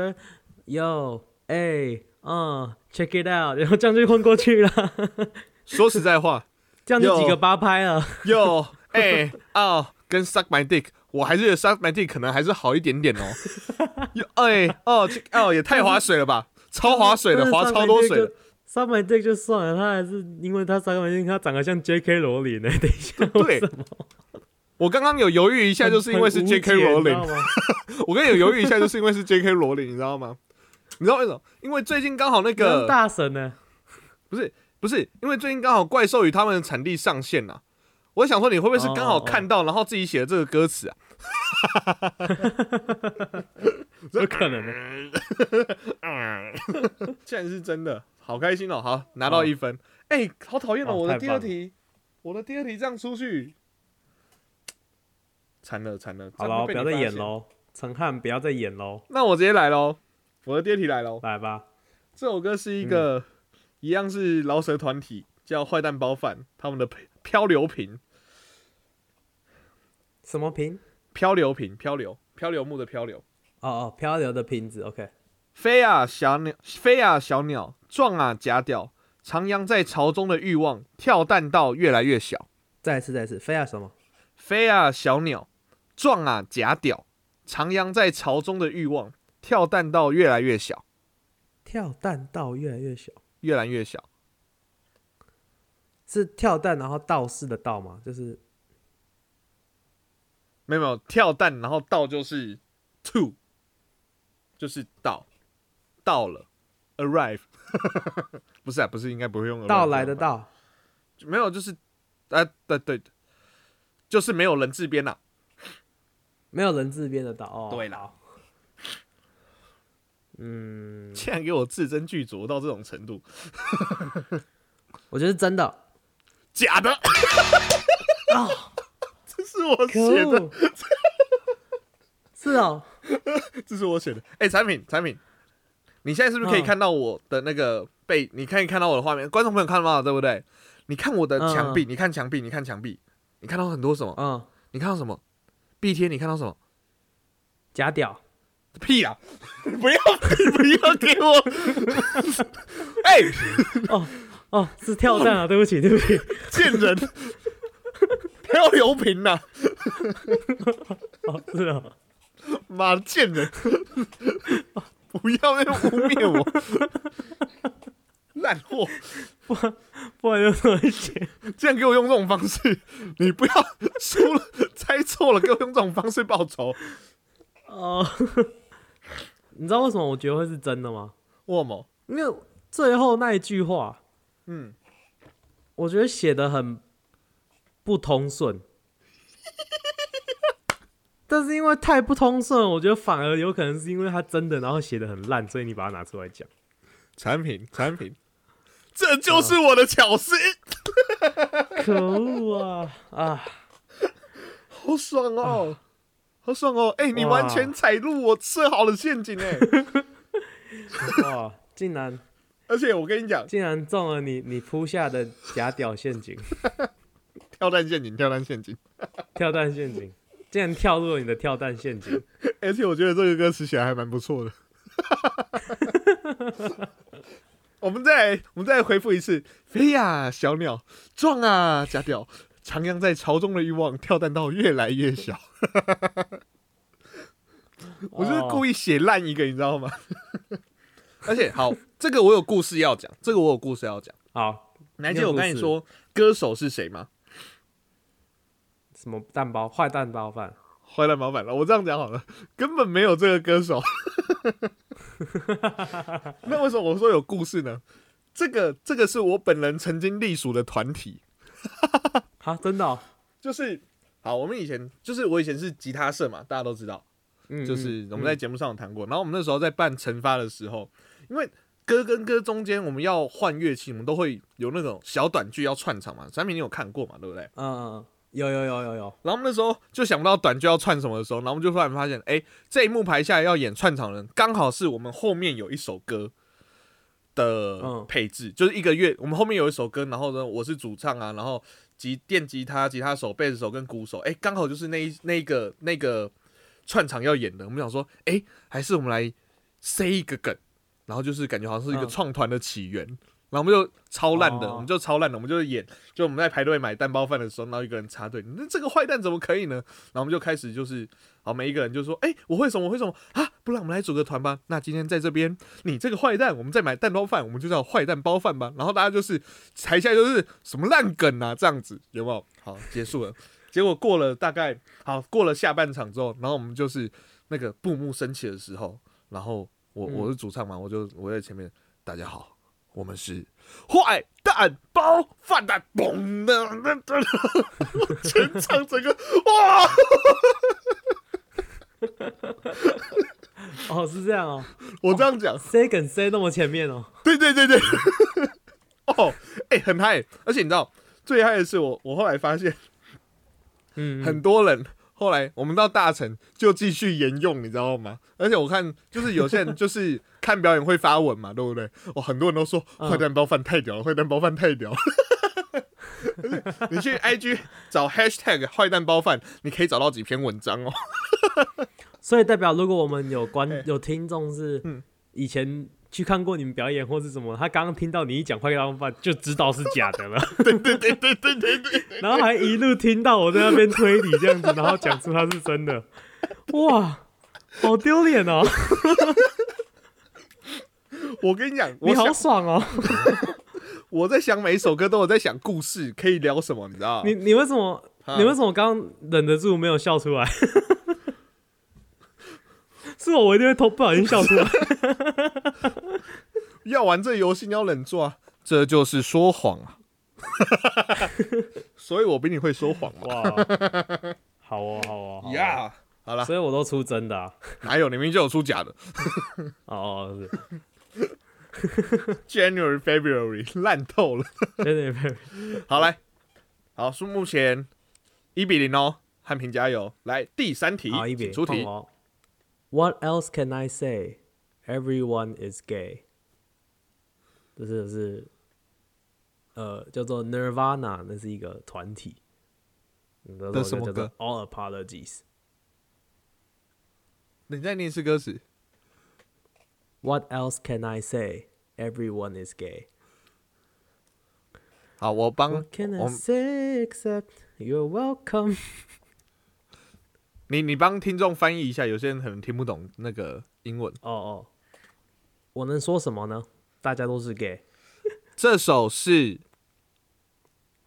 C: 接 Yo，哎、嗯，check it out，然后这样就混过去了，
B: 说实在话，
C: 这样就几
B: Yo
C: 个八拍了。
B: [LAUGHS] 哟，哎、哦，跟 suck my dick，我还是觉得 suck my dick 可能还是好一点点哦。哟，哎、哦，这哦，也太划水了 [LAUGHS] 吧，超划水的，划超多水的。。
C: 三百 d 就算了，他还是因为他三百 d 他长得像 J.K. 罗琳呢、 [LAUGHS] 等一下，
B: 对，我刚刚有犹豫一下， [LAUGHS] 就是因为是 J.K. 罗琳，我刚刚有犹豫一下，就是因为是 J.K. 罗琳，你知道吗？你知道为什么？因为最近刚好那
C: 个
B: 个
C: 大神
B: [LAUGHS]
C: 呢、
B: 不是不是，因为最近刚好怪兽与他们的产地上线了、我想说你会不会是刚好看到，然后自己写的这个歌词啊？
C: 有可能呢、
B: 竟然是真的，好开心哦！好，拿到一分，哎、好讨厌哦！
C: 哦
B: 我的
C: 太
B: 第二
C: 棒了
B: 题，我的第二题这样出去，惨了惨了，
C: 好
B: 了，
C: 了，不要再演。喽，陈汉，不要再演喽，
B: 那我直接来喽，我的第二题来喽。
C: 来吧。
B: 这首歌是一个、一样是饶舌团体叫坏蛋包饭，他们的 [LAUGHS] 漂漂流瓶，
C: 什么瓶？
B: 漂流瓶，漂流漂流木的漂流。
C: 哦哦，漂流的瓶子。OK，
B: 飞啊小鸟，飞啊小鸟，撞啊假屌，徜徉在潮中的欲望，跳弹道越来越小。
C: 再一次，再一次，非要什么？
B: 飞啊小鸟，撞啊假屌，徜徉在潮中的欲望，跳弹道越来越小，
C: 跳蛋道越来越小，
B: 越来越小。
C: 是跳蛋，然后道士的道吗？就是
B: 没有没有，跳弹，然后到就是 to，就是到，到了，arrive，不是啊，不是，应该不会用 arrive
C: 到来的
B: 吧，
C: 到。
B: 没有，就是，啊，对对，就是没有人字边啦、啊
C: 没有人字边的岛哦。
B: 对啦
C: 好，嗯，
B: 竟然给我字斟句酌到这种程度，
C: 我觉得是真的。
B: 假的，
C: 哦，
B: 这是我 [LAUGHS]
C: 可
B: 写的，
C: 恶！
B: [LAUGHS]
C: 是哦，
B: 这是我写的，哎、产品产品，你现在是不是可以
C: 嗯
B: 看到我的那个背？你可以看到我的画面，观众朋友看得到对不对？你看我的墙壁，你看墙壁，你看墙壁，你看到很多什么？
C: 嗯，
B: 你看到什么？壁贴你看到什么？
C: 假屌，
B: 屁啊！ [LAUGHS] 不要不要给我！ [LAUGHS] 哎、
C: 哦，是跳蛋啊！对不起，对不起，
B: 贱人， [LAUGHS] 漂流瓶呐、
C: 哦，是哦，
B: 妈的贱人！ [LAUGHS] 不要那边污蔑我，烂货！
C: 不然就这么写。
B: 竟然给我用这种方式，你不要输了猜错了，给我用这种方式报仇，
C: 哦， [LAUGHS] 你知道为什么我觉得会是真的吗？
B: 我某
C: 因为最后那一句话，
B: 嗯，
C: 我觉得写的很不通 [LAUGHS] 顺。但是因为太不通顺，我觉得反而有可能是因为他真的，然后写的很烂，所以你把它拿出来讲。
B: 产品产品，这就是我的巧思，
C: 可恶啊 [LAUGHS] 啊！
B: 好爽哦，好爽哦！哎、你
C: 哇
B: 完全踩入我设好的陷阱哎、
C: 哇，哦竟然
B: 而且我跟你讲，
C: 竟然中了你你铺下的假屌陷阱、 [LAUGHS]
B: 跳蛋陷阱，跳蛋陷阱，
C: 跳蛋陷阱，竟然跳入了你的跳蛋陷阱。
B: 而且我觉得这个歌词写的还蛮不错的。 [LAUGHS] 我们再来我们再来回复一次：飞呀、小鸟，撞啊，假屌，徜徉在潮中的欲望，跳蛋到越来越小。 [LAUGHS] 我就是故
C: 意
B: 意写烂一个，你知道吗？ [LAUGHS] 而且好，这个我有故事要讲，这个我有故事要讲。
C: 哦好
B: 你还记得我跟你说歌手是谁吗？
C: 什么蛋包坏蛋包饭
B: 坏蛋老板了，我这样讲好了，根本没有这个歌手。
C: [LAUGHS]
B: 那为什么我说有故事呢？这个这个是我本人曾经隶属的团体，
C: 哈，真的、哦，
B: 就是好，我们以前就是我以前是吉他社嘛，大家都知道，
C: 嗯，
B: 就是
C: 嗯
B: 我们在节目上有谈过。然后我们那时候在办惩罚的时候，因为歌跟歌中间我们要换乐器，我们都会有那种小短剧要串场嘛。产品你有看过嘛？对不对？
C: 嗯嗯嗯有有有有有，
B: 然后我们那时候就想不到短剧要串什么的时候，然后我们就突然发现，哎、这一幕排下来要演串场的人，刚好是我们后面有一首歌的
C: 嗯
B: 配置，就是一个月，我们后面有一首歌，然后呢，我是主唱啊，然后吉电吉他、吉他手、贝斯手跟鼓手，哎、刚好就是那一那个那个串场要演的。我们想说，哎、还是我们来塞一个梗，然后就是感觉好像是一个
C: 嗯
B: 创团的起源。然后我们就超烂的，
C: 哦
B: 我们就超烂的，我们就演，就我们在排队买蛋包饭的时候，然后一个人插队，那这个坏蛋怎么可以呢？然后我们就开始就是，好，每一个人就说，哎、我会什么，我会什么啊？不然我们来组个团吧。那今天在这边，你这个坏蛋，我们再买蛋包饭，我们就叫坏蛋包饭吧。然后大家就是台下就是什么烂梗啊，这样子有没有？好，结束了。结果过了大概好过了下半场之后，然后我们就是那个布幕升起的时候，然后我
C: 嗯
B: 我是主唱嘛，我就我在前面，大家好，我们是坏蛋包饭蛋，嘣的那那全场整个哇，
C: 哦，是这样哦
B: 我这样讲，
C: ，C 跟 C 那么前面哦，
B: 对对对对，哦，哎、很嗨，而且你知道最嗨的是我，我后来发现
C: 嗯，
B: 很多人。后来我们到大城就继续沿用，你知道吗？而且我看就是有些人就是看表演会发文嘛，对不对？哦，很多人都说
C: 嗯
B: 坏蛋包饭太屌了，坏蛋包饭太 [LAUGHS] 屌了。而且你去 IG 找 hashtag 坏蛋包饭，你可以找到几篇文章 [LAUGHS] 哦。
C: 所以代表如果我们有观
B: 哎
C: 有听众是
B: 嗯
C: 以前去看过你们表演或是什么，他刚刚听到你一讲坏蛋饭就知道是假的了，
B: 对对对对对对， [LAUGHS]
C: 然后还一路听到我在那边推理这样子，然后讲出他是真的，哇，好丢脸哦，
B: 我跟你讲，我
C: 你好
B: 想
C: 爽哦，
B: 我在想每一首歌都有在想故事，可以聊什么，你知道吗？
C: 你你为什么
B: 啊
C: 你为什么刚刚忍得住没有笑出来？ [LAUGHS] 是我，我一定会偷不小心笑出
B: [LAUGHS]
C: 来。
B: 要玩这游戏，你要忍住啊！这就是说谎啊！ [LAUGHS] 所以我比你会说谎嘛？
C: 哇，好哦，好哦，好哦
B: 呀、好了，
C: 所以我都出真的啊。
B: 哪有？你明明就有出假的。
C: 哦，是，
B: January、February 烂透了。
C: 对对对，
B: 好来，好，是目前一比零哦，汉平加油！来第三题，
C: 好一比
B: 请出题。
C: 哦。What else can I say? Everyone is gay。这是是，呃，叫做 Nirvana，那是一个团体。
B: 的什么
C: 叫做
B: 歌
C: ？All Apologies。
B: 你再念一次歌词。
C: What else can I say? Everyone is gay.
B: 好，我帮
C: What can
B: 我
C: I say except you're welcome？
B: 你你帮听众翻译一下，有些人可能听不懂那个英文。
C: 哦哦，我能说什么呢？大家都是 gay。
B: 这首是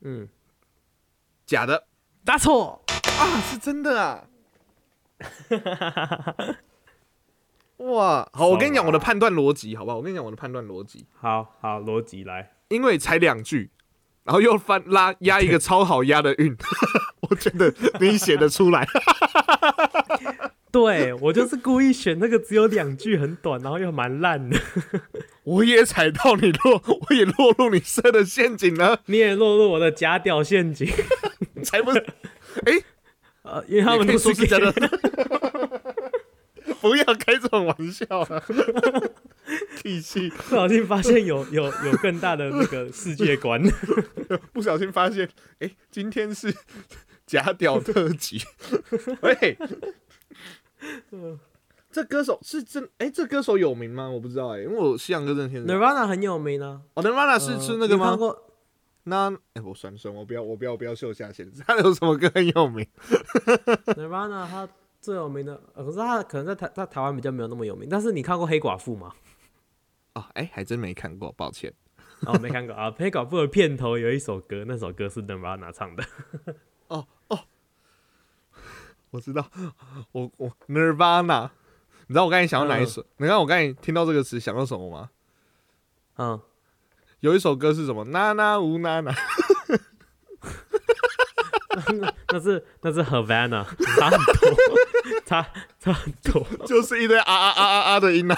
C: 嗯，
B: 假的
C: 答错。
B: 啊，是真的啊！ [LAUGHS] 哇，好，我跟你讲我的判断逻辑，好不好？我跟你讲我的判断逻辑，
C: 好好，逻辑来。
B: 因为才两句，然后又翻拉压一个超好压的韵， [LAUGHS] 我觉得你写得出来。
C: [LAUGHS] 对我就是故意选那个只有两句很短，然后又蛮烂的。
B: [LAUGHS]
C: [LAUGHS]
B: 我也踩到你落，我也落入你设的陷阱啊了，
C: 你也落入我的假屌陷阱。 [LAUGHS]
B: 才不是？ [LAUGHS]
C: 呃，因为他们
B: 你可
C: 都
B: 以说是
C: 是
B: 真
C: gay
B: 的。 [LAUGHS] 不要开这种玩笑啊！ [LAUGHS] 体系
C: [LAUGHS] 不小心发现有有有更大的那个世界观。
B: 不小心发现，哎、今天是假屌特 [LAUGHS] 辑，喂，这歌手是真哎、这歌手有名吗？我不知道哎、因为我西洋歌真的听得少。
C: [LAUGHS] Nirvana 很有名啊，
B: 哦，Nirvana 是
C: 呃
B: 是那个
C: 你有
B: 吗
C: 看？过
B: 那哎、我算算，我不要，我不要，我不要秀下限。 [LAUGHS] 他有什么歌很有名？
C: Nirvana 他最有名的，呃可是他可能在台在台湾比较没有那么有名。但是你看过黑寡妇吗？
B: 哦，哎、还真没看过，抱歉。
C: [LAUGHS] 哦，没看过啊。黑寡妇的片头有一首歌，那首歌是 Nirvana 唱的。
B: 我知道，我我 Nirvana，你知道我刚才想到哪一首？你知道我刚才听到这个词想到什么吗？
C: 嗯，
B: 有一首歌是什么？娜娜乌娜娜，
C: [LAUGHS] 那是那是 Havana，差很多， [LAUGHS] 差差很多。
B: [LAUGHS] 就是一堆啊啊啊啊啊的音啊。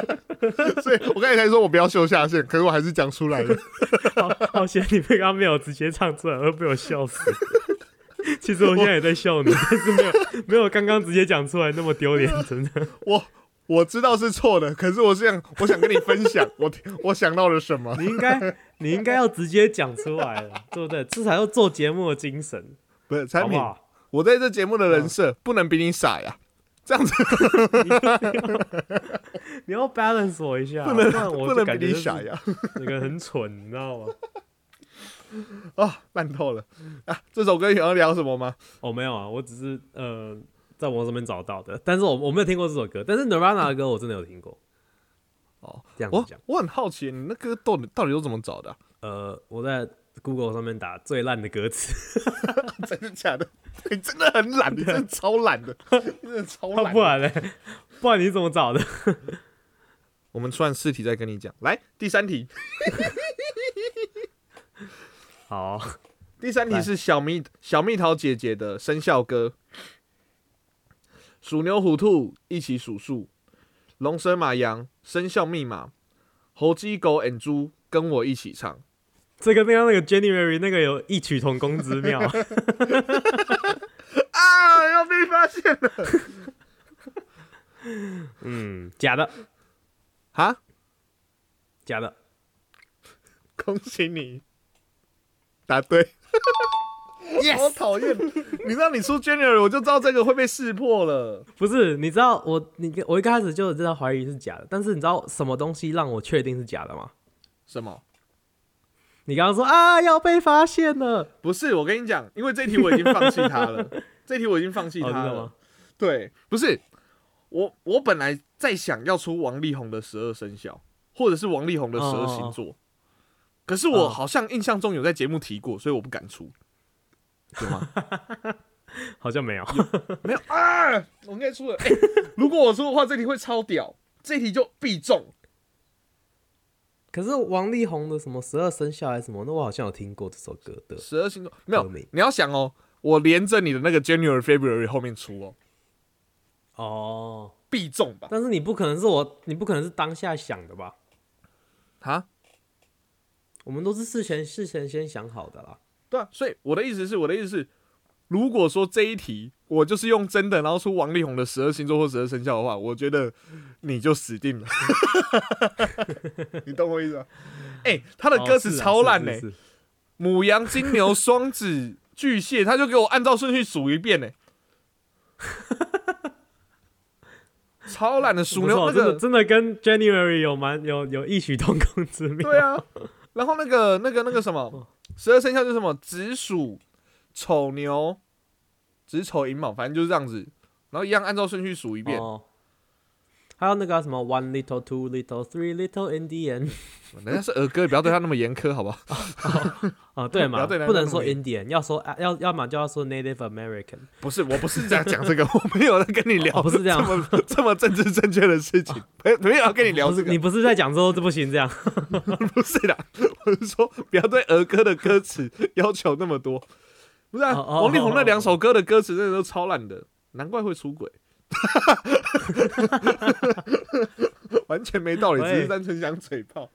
B: [LAUGHS] 所以我刚才才说我不要秀下限，可是我还是讲出来了。
C: [LAUGHS] 好好险，你刚刚没有直接唱出来，会被我笑死。 [LAUGHS] 其实我现在也在笑你，但是没有没有刚刚直接讲出来那么丢脸，真的。
B: 我我知道是错的，可是我是想我想跟你分享我我想到了什么。
C: 你应 [LAUGHS] 该你应该要直接讲出来了，对不对？这才叫做节目的精神，
B: 不是
C: 好
B: 产
C: 不
B: 品，
C: 好？
B: 我在这节目的人
C: 嗯
B: 设不能比你傻呀。这样子
C: 你要 balance 我一下，啊
B: 不能
C: 然我
B: 不
C: 就
B: 能
C: 感
B: 比
C: 觉
B: 你
C: 就是
B: 傻呀！
C: 那个很蠢，你知道吗？
B: 啊，烂透了啊！这首歌想要聊什么吗？
C: 哦，没有啊，我只是呃在网上面找到的，但是我我没有听过这首歌，但是 Nirvana 的歌我真的有听过。
B: 哦，
C: 这样子
B: 我
C: 嗯讲，
B: 我很好奇，你那歌到底到底都怎么找
C: [LAUGHS]
B: 的啊、
C: 呃，我在 Google 上面打最烂的歌词，
B: 真的假的？你真的很
C: [LAUGHS]
B: 懒，你真的超懒的，你真的超
C: 要 [LAUGHS]
B: 懒。 [LAUGHS]
C: 不然嘞，不然你怎么找的？
B: 我们算四题再跟你讲。来，第三题，
C: 好，
B: 第三题
C: 来
B: 是小蜜小蜜桃姐姐的生肖歌：鼠牛虎兔一起数数，龙蛇马羊生肖密码，猴鸡狗 and 猪跟我一起唱。
C: 这个跟那个 January 那个有异曲同工之
B: [LAUGHS]
C: 妙。
B: 啊，要被发现了！
C: 嗯，假的，
B: 哈，
C: 假的，
B: 恭喜你，答对。好讨厌！你让你出 January，我就知道这个会被识破了。
C: 不是，你知道我你我一开始就有知道怀疑是假的，但是你知道什么东西让我确定是假的吗？
B: 什么？
C: 你刚刚说啊要被发现了，
B: 不是，我跟你讲，因为这题我已经放弃它
C: [LAUGHS]
B: 了，这题我已经放弃
C: 哦真
B: 它
C: 的
B: 了。
C: 吗？
B: 对，不是我，我本来在想要出王力宏的十二生肖，或者是王力宏的十二星座，可是我
C: 哦
B: 好像印象中有在节目提过，所以我不敢出，对吗？
C: 好像没有，
B: 没有啊，我应该出了。哎、如果我出的话，这题会超屌，这题就必中。
C: [LAUGHS] 可是王力宏的什么十二生肖还是什么，那我好像有听过这首歌的。
B: 十二星座没有
C: 歌名，
B: 你要想哦，我连着你的那个 January、February 后面出哦，
C: 哦，
B: 必中吧？
C: 但是你不可能是我，你不可能是当下想的吧？
B: 啊，
C: 我们都是事前事前先想好的啦。
B: 对啊，所以我的意思是，我的意思是，如果说这一题我就是用真的，然后出王力宏的十二星座或十二生肖的话，我觉得你就死定
C: [LAUGHS]
B: 了。 [LAUGHS] 你懂我意思吗？哎、他的歌词超烂呢、
C: 哦是啊是是是
B: 母羊、金牛、双子、巨蟹，他就给我按照顺序数一
C: [LAUGHS]
B: 遍呢、欸超懒的鼠
C: 不
B: 牛
C: 错
B: 那
C: 真
B: 个
C: 的，真的跟 January 有蛮有有异曲同工之妙。
B: 对啊，然后那个那个那个什
C: 哦
B: 么，十二生肖就是什么子鼠、丑牛、子丑寅卯，反正就是这样子。然后一样按照顺序数一遍。
C: 哦，还有那个啊什么 one little two little three little in the end
B: 人家是儿歌，你不要对他那么严苛，好
C: [LAUGHS]
B: 不好？
C: 啊，对
B: 不
C: 嘛，
B: 要对人家
C: 不能
B: 那
C: 说
B: 么严
C: Indian，要说啊要要么就要说 Native American。
B: 不是，我不是在讲这个，我没有在跟你聊，
C: 哦不是这样
B: 么这么政治正确的事
C: [LAUGHS]
B: 情，没没有要跟你聊
C: 不
B: 这
C: 是
B: 个
C: 你，不是在讲说这不行这样？
B: 不是啦，我是说不要对儿歌的歌词要求那么多。不是啊，
C: 哦哦
B: 王力宏那两首歌的歌词真的都超烂的，难怪会出轨， [LAUGHS] 完全没道理，只
C: 喂
B: 是单纯想嘴炮。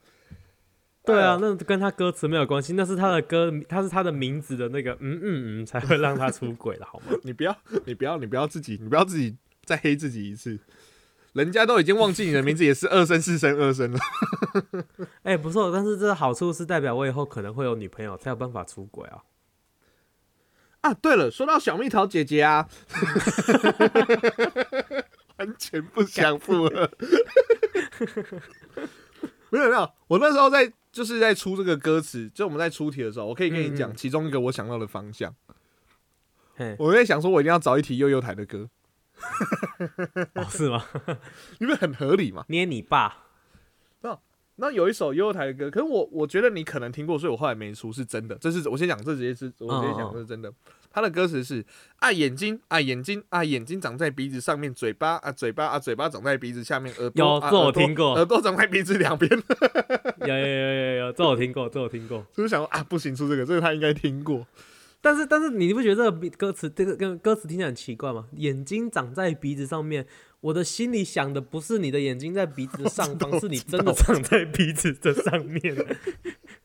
C: 对啊，那跟他歌词没有关系，那是他的歌，他是他的名字的那个嗯嗯嗯才会让他出轨的好吗？
B: [LAUGHS] 你不要，你不要，你不要自己，你不要自己再黑自己一次，人家都已经忘记你的名字，也是二声四声二声了。
C: 哎、不错，但是这好处是代表我以后可能会有女朋友，才有办法出轨啊。
B: 啊，对了，说到小蜜桃姐姐啊， [LAUGHS] 完全不想附和。 [LAUGHS] 没有没有，我那时候在就是在出这个歌词，就我们在出题的时候，我可以跟你讲
C: 嗯嗯
B: 其中一个我想到的方向。
C: 嘿，
B: 我在想说，我一定要找一题悠悠台的歌，
C: 哦，
B: [LAUGHS]
C: 是吗？
B: 因为很合理嘛。
C: 捏你爸，
B: 那有一首悠悠台的歌，可是我我觉得你可能听过，所以我后来没出，是真的。这是我先讲，这直接是我直接讲，
C: 嗯嗯
B: 这是真的。他的歌词是啊眼睛啊眼睛啊眼睛长在鼻子上面，嘴巴啊嘴巴啊嘴巴长在鼻子下
C: [LAUGHS]
B: 面，耳朵
C: 有
B: 啊
C: 这我
B: 耳朵
C: 听过
B: 耳朵长在鼻子两边。 [LAUGHS]
C: 有有有有有，这我听过，这我听过。
B: 就是想说啊不行，出这个，这个他应该听过。 [LAUGHS]
C: 但是但是你不觉得这个歌词这个跟歌词听起来很奇怪吗？眼睛长在鼻子上面，我的心里想的不是你的眼睛在鼻子的上
B: [LAUGHS]
C: 方，是你真的长在鼻子的上面。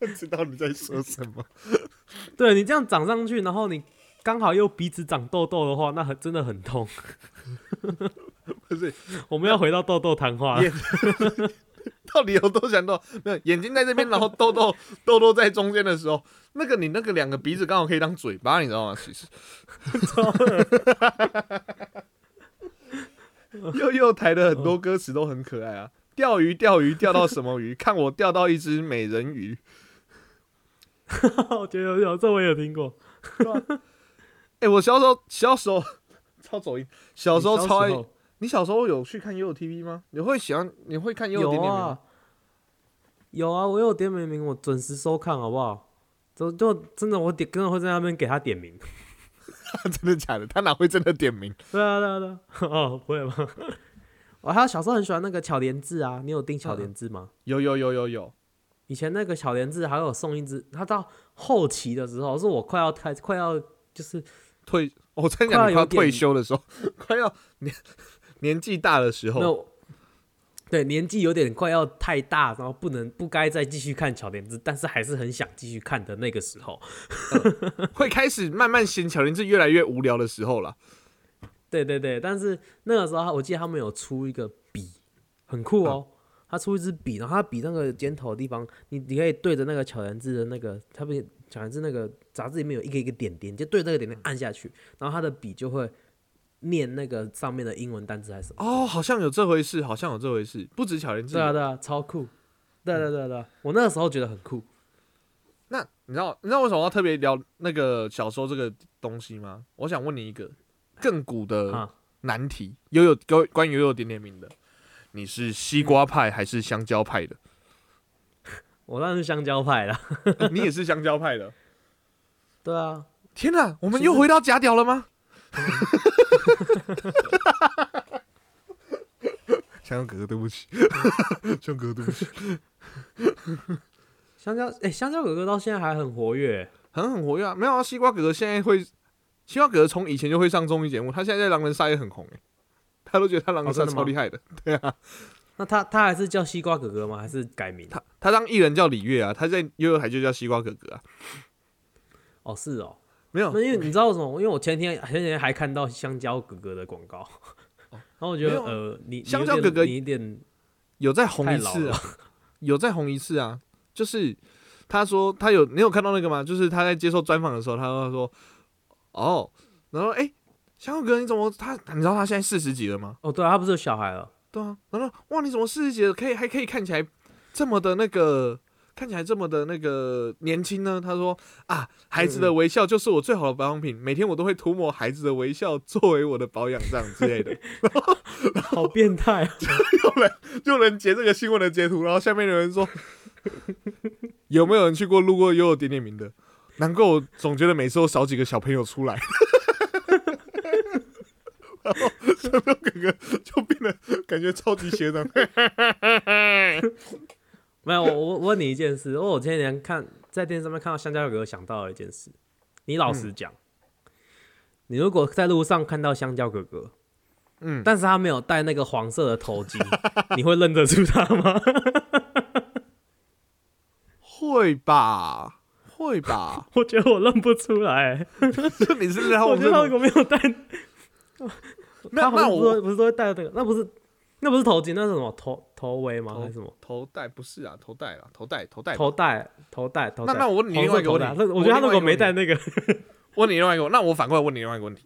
B: 不知道你在说什么，
C: [LAUGHS]
B: [LAUGHS]
C: 对你这样长上去，然后你刚好又鼻子长痘痘的话，那很真的很痛。 [LAUGHS]
B: 不是
C: 我们要回到痘痘
B: [LAUGHS]
C: 谈话了
B: 也到底有多想到没有？眼睛在这边， [LAUGHS] 然后痘痘痘痘在中间的时候，那个你那个两个鼻子刚好可以当嘴巴，你知道吗？其实，又又台的很多歌词都很可爱啊。钓鱼，钓鱼，钓到什么鱼？看我钓到一只美人鱼。
C: 我觉得有有，这我也有听过。
B: 哎、我小时候，小时候超走音，小时候
C: 你
B: 超爱。你小时候有去看悠悠 TV 吗？你会喜欢？你会看悠悠
C: 有
B: 点点吗 [LAUGHS]
C: 啊？，有啊，我有点美名，我准时收看，好不好？就就真的，我点真的会在那边给他点名。
B: 真的假的？他哪会真的点名？
C: [LAUGHS] 对啊，对啊，对啊。哦，不会吗？我还有小时候很喜欢那个巧莲智啊，你有订巧莲智吗？
B: 有有有有有，
C: 以前那个巧莲智还有送一只，它到后期的时候，是我快要太快要就是
B: 退，哦我在讲你
C: 快要
B: 快
C: 有点
B: 退休的时候，快要年年纪大的时
C: 没
B: 候，
C: 有，对年纪有点快要太大，然后不能不该再继续看巧莲智，但是还是很想继续看的那个时候。
B: 会开始慢慢嫌巧玲是越来越无聊的时候了。
C: 对对对，但是那个时候我记得他们有出一个笔，很酷
B: 嗯
C: 哦。他出一支笔，然后他笔那个尖头的地方，你你可以对着那个巧人字的那个，他不是巧人字那个杂志里面有一个一个点点，你就对这个点点按下去，然后他的笔就会念那个上面的英文单词还是什么。
B: 哦，好像有这回事，好像有这回事，不止巧玲自
C: 对啊对啊，超酷！对啊对啊对啊对啊，我那个时候觉得很酷。
B: 那你知道你知道为什么要特别聊那个小时候这个东西吗？我想问你一个亘古的
C: 啊
B: 难题，悠悠关关于悠悠点点名的，你是西瓜派还是香蕉派的？ [LAUGHS]
C: 我当然是香蕉派啦。
B: 你也是香蕉派的。
C: 对啊，
B: 天哪、我们又回到假屌了
C: [LAUGHS]
B: 吗？香蕉哥哥，对不
C: [LAUGHS]
B: 起，香蕉哥哥，对不起，
C: 香蕉哎、香蕉哥哥到现在还很活跃。
B: 很很活跃啊！没有啊，西瓜哥哥现在会，西瓜哥哥从以前就会上综艺节目，他现在在狼人杀也很红哎、他都觉得他狼人杀
C: 哦真的吗
B: 超厉害的。
C: 那他他还是叫西瓜哥哥吗？还是改名？
B: 他他当艺人叫李月啊，他在悠悠台就叫西瓜哥哥啊，
C: 哦，是哦。
B: 没有
C: 那因为你知道为什么？因为我前天前天还看到香蕉哥哥的广告，然后我觉
B: 哦没
C: 得
B: 有啊
C: 呃，你你
B: 香
C: 有
B: 蕉
C: 点
B: 哥哥
C: 你有点
B: 有再红
C: 太
B: 一
C: 老
B: 次
C: 了
B: 啊，有再红一次啊，就是他说他有你有看到那个吗？就是他在接受专访的时候，他说他说哦，然后哎、诶香蕉哥你怎么他你知道他现在四十几了吗？
C: 哦，对啊，他不是有小孩了，
B: 对啊，然后哇你怎么四十几了可以还可以看起来这么的那个。看起来这么的那个年轻呢？他说啊，孩子的微笑就是我最好的保养品，每天我都会涂抹孩子的微笑作为我的保养，这样之类的。
C: 好变态、啊！ [LAUGHS]
B: 就能截这个新闻的截图，然后下面有人说， [LAUGHS] 有没有人去过路过悠悠点点名的？难怪我总觉得每次都少几个小朋友出来。 [LAUGHS] 然后小朋友哥哥就变得感觉超级邪长，
C: 没有，我我我问你一件事，因为我前几天看在电视上面看到香蕉哥哥，想到了一件事，你老
B: 嗯
C: 实讲，你如果在路上看到香蕉哥哥，
B: 嗯
C: 但是他没有戴那个黄色的头巾， [LAUGHS] 你会认得出他吗？ [LAUGHS]
B: 会吧？会 [LAUGHS] 吧？
C: 我觉得我认不出来、
B: 这你是在
C: 我
B: 后
C: 觉得他
B: 面？
C: 如果没有戴，
B: 那
C: 他好
B: 那
C: 像不
B: 我
C: 是不是都会戴那个，那不是那不是头巾，那是什么头头围吗？还是什么
B: 头戴不是啊？头戴啦，头戴头戴。
C: 头带？头带头
B: 那
C: 带。
B: 那我问你
C: 黄
B: 另
C: 色
B: 外一个
C: 头
B: 问
C: 带
B: 题
C: 那，我觉得他如果没戴
B: 我
C: 那个， [LAUGHS]
B: 问你另外一个问题，那我反过来问你另外一个问题。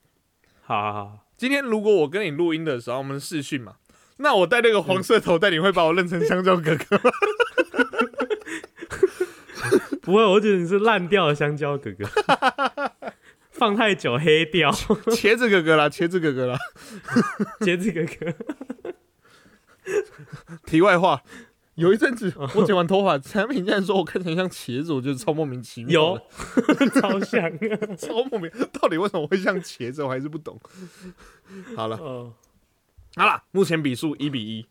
C: 好好好，
B: 今天如果我跟你录音的时候，我们视讯嘛，那我戴那个黄色头带，你会把我认成香蕉哥哥吗？
C: 不会，我觉得你是烂掉的香蕉
B: [LAUGHS]
C: 哥哥，放太久黑
B: [LAUGHS]
C: 掉，
B: 茄子哥哥啦，茄子哥哥啦。
C: 截这个哥哥。
B: 题外话，有一阵子我剪完头发，产品竟然说我看起来像茄子，我觉得超莫名其妙
C: 有 [LAUGHS]
B: 的，，
C: 超
B: [LAUGHS]
C: 像。
B: 超莫名，到底为什么会像茄子，我还是不懂。好了，
C: 哦
B: 好了，目前比数一比一，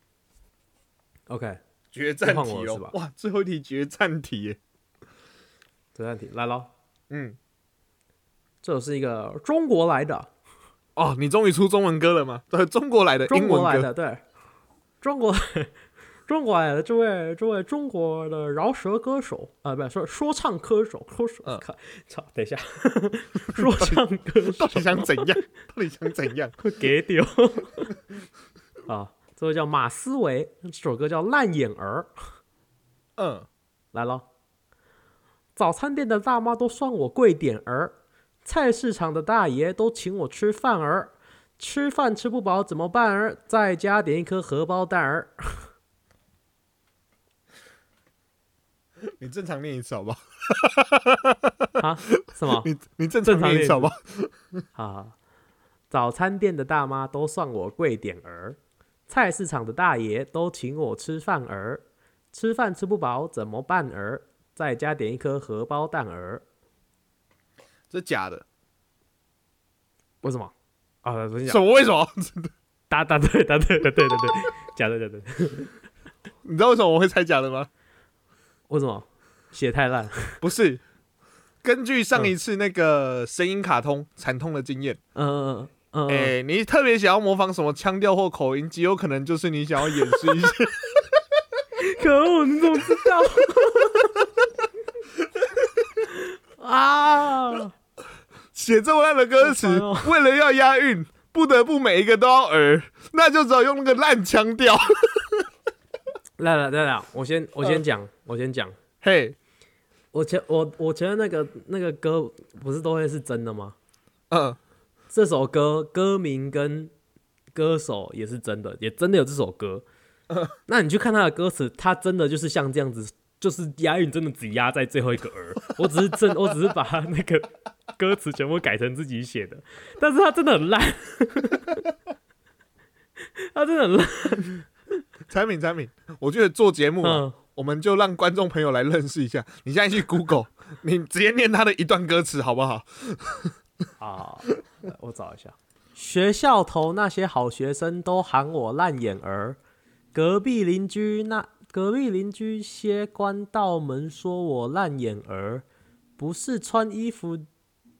C: ，OK，
B: 决战
C: 换
B: 题
C: 我了是
B: 哦
C: 吧，
B: 哇，最后一题决战题耶，
C: 这道题来喽，
B: 嗯，
C: 这是一个中国来的，
B: 哦，你终于出中文歌了吗？对，中国来的
C: 中
B: 英文
C: 国来
B: 歌，
C: 的，对，中国中国来的这位这位中国的饶舌歌手啊、不是说说唱歌手，歌手，
B: 嗯
C: 看、操，等一下， [LAUGHS] 说唱歌
B: 到
C: 手
B: 底想怎样？ [LAUGHS] 到底想怎样？
C: 给丢啊，这位叫马思唯，这首歌叫《烂眼儿》，
B: [LAUGHS] 嗯。
C: 来了。早餐店的大妈都算我贵点儿，菜市场的大爷都请我吃饭儿，吃饭吃不饱怎么办儿？再加点一颗荷包蛋儿。
B: 你正常念一次好不好？
C: 啊？什么？
B: 你你正
C: 正
B: 常
C: 常
B: 念一次好
C: 念
B: 不好？
C: 啊，早餐店的大妈都算我贵点儿，菜市场的大爷都请我吃饭儿，吃饭吃不饱怎么办儿？再加点一颗荷包蛋儿。
B: 这假的，
C: 为什么？啊，我跟你
B: 什
C: 讲，
B: 么？为什么？ [LAUGHS]
C: 答答对，答对了，对对对，假的假的，
B: 你知道为什么我会猜假的吗？
C: 为什么写太烂？
B: [LAUGHS] 不是，根据上一次那个声音卡通惨痛的经验，
C: 嗯嗯
B: 哎、
C: 嗯，
B: 你特别想要模仿什么腔调或口音，极有可能就是你想要掩饰
C: [LAUGHS]
B: 一些。
C: 可恶，你怎么知道？ [LAUGHS] 啊！
B: 写这么烂的歌词，
C: 好哦
B: 为了要押韵，不得不每一个都要儿，那就只好用那个烂腔调。 [LAUGHS]
C: 来来来来，我先我先讲，我先讲。
B: 嘿，
C: 我前我我觉得那个那个歌不是都会是真的吗？
B: 嗯，
C: 这首歌歌名跟歌手也是真的，也真的有这首歌。那你去看他的歌词，他真的就是像这样子，就是押韵真的只押在最后一个儿。我只是真，我只是把他那个歌词全部改成自己写的，但是他真的很烂， [LAUGHS] 他真的很烂。
B: 产品产品，我觉得做节目啊、
C: 嗯，
B: 我们就让观众朋友来认识一下。你现在去 Google，你 [LAUGHS] 直接念他的一段歌词好不
C: [LAUGHS]
B: 好？
C: 好，啊我找一下。学校头那些好学生都喊我烂眼儿，隔壁邻居那隔壁邻居些关道门说我烂眼儿，不是穿衣服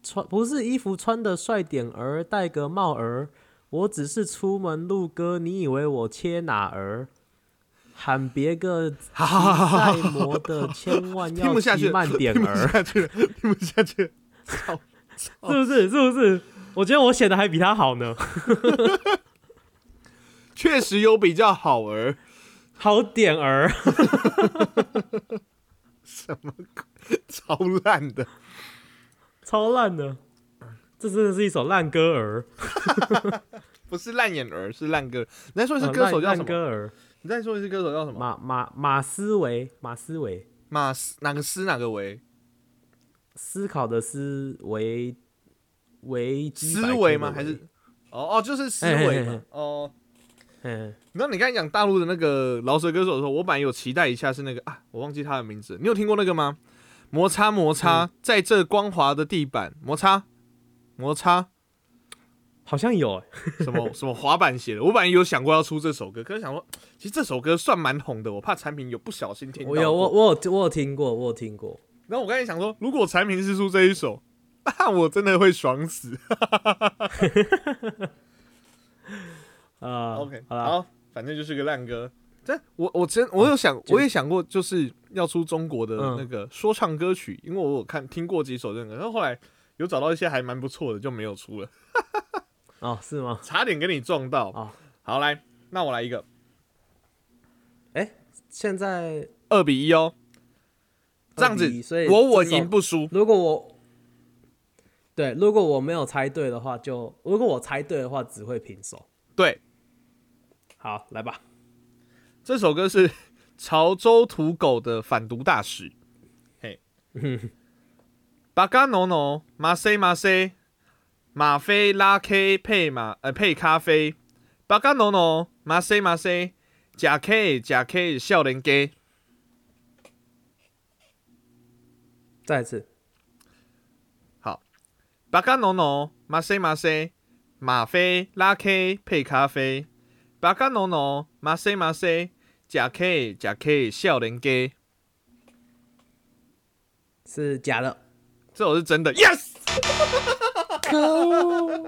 C: 穿不是衣服穿的帅点儿，戴个帽儿，我只是出门录歌，你以为我切哪儿？喊
B: [LAUGHS]
C: 别个
B: 好好好好好
C: 赛摩的千万
B: 听
C: 要
B: 不下去
C: 骑慢点
B: 听不
C: 儿，
B: 下去了，听不下去了。操
C: 是不是？是不是？我觉得我写的还比他好呢。
B: 确实有比较好儿，
C: 好点儿，
B: 超烂的。
C: 超烂的，这真的是一首烂歌儿。
B: 不是烂眼儿，是烂歌。你再说一次
C: 呃
B: 歌手叫
C: 烂
B: 什
C: 烂
B: 么？
C: 歌儿，
B: 你再说一次歌手叫什么？
C: 马马马思维，马思维，
B: 马斯哪个斯哪个维？
C: 思考的思维维基百科
B: 思
C: 的
B: 维吗？还是？哦哦，就是思维
C: 哎哎哎
B: 嘛。哦，
C: 嗯，
B: 那你刚才讲大陆的那个饶舌歌手的时候，我本来有期待一下是那个啊，我忘记他的名字。你有听过那个吗？摩擦摩
C: 嗯
B: 擦，在这光滑的地板摩擦摩擦，
C: 好像有欸、
B: 什
C: [LAUGHS]
B: 么什么滑板写的。我本来有想过要出这首歌，可是想说，其实这首歌算蛮红的，我怕产品有不小心听到
C: 我
B: 过。
C: 有我我有我有听过，我有听过，
B: 然后我刚才想说，如果产品是出这一首， [LAUGHS] 那我真的会爽死。
C: 啊、
B: OK，
C: 好啦，
B: 好，反正就是个烂歌。但我我真我有
C: 哦
B: 想，我也想过，就是要出中国的
C: 嗯
B: 那个说唱歌曲，因为我有看听过几首这个，然后后来有找到一些还蛮不错的，就没有出
C: [LAUGHS]
B: 了，
C: 哦，是吗？
B: 差点跟你撞到。
C: 哦
B: 好，来，那我来一个
C: 现在
B: 二比一哦，这样子
C: 2比1所以
B: 我稳
C: 这首
B: 赢不输。
C: 如果我对，如果我没有猜对的话就，如果我猜对的话，只会平手。
B: 对，
C: 好，来吧，
B: 这首歌是 [LAUGHS] 潮州土狗的反毒大使。嘿，巴嘎诺诺，马塞马塞，马菲拉 K 配马呃配咖啡，巴嘎诺诺，马塞马塞，假 K 假 K 笑脸给。
C: 再一次。
B: 巴嘎诺诺，马塞马塞，马菲拉 K 配咖啡，巴嘎诺诺，马塞马塞，假 K 假 K 笑脸给。
C: 是假的。
B: 这首是真的，yes。 [LAUGHS]
C: 可恶！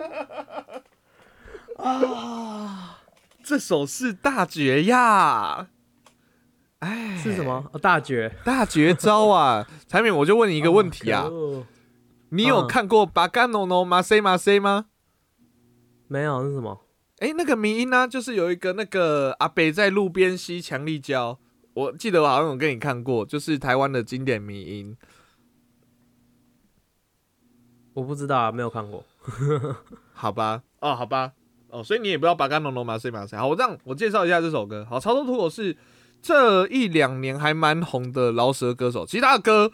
B: 啊这首是大绝呀，
C: 是
B: [LAUGHS]
C: 什么？哦、大绝
B: 大绝招啊！产品，我就问你一个问题啊
C: 可，恶
B: 你有
C: 嗯
B: 看过《巴干诺诺马塞马塞》吗？
C: 没有是什么？
B: 哎，那个迷音呢、就是有一个那个阿北在路边吸强力胶，我记得我好像有跟你看过，就是台湾的经典迷音。
C: 我不知道啊，没有看过。
B: 好吧，哦，好吧，哦，所以你也不要把干龙龙马塞马塞。好，我让我介绍一下这首歌。好，潮州土狗是这一两年还蛮红的饶舌歌手，其实他的歌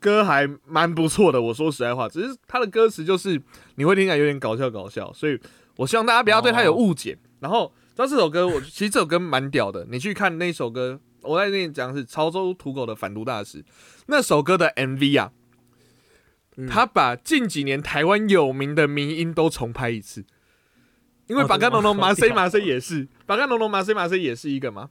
B: 歌还蛮不错的。我说实在话，只是他的歌词就是你会听起来有点搞笑搞笑，所以我希望大家不要对他有误解。然后，知道这首歌，我其实这首歌蛮屌的，你去看那首歌，我在那里讲是潮州土狗的反毒大师那首歌的 MV 啊。
C: 嗯
B: 他把近几年台湾有名的民音都重拍一次，因为
C: 哦
B: 巴
C: 真的
B: 干农农
C: 吗
B: 麻
C: 好
B: 塞
C: 屌
B: 麻塞也
C: [LAUGHS]
B: 是，巴干农农麻塞麻塞也是一个嘛。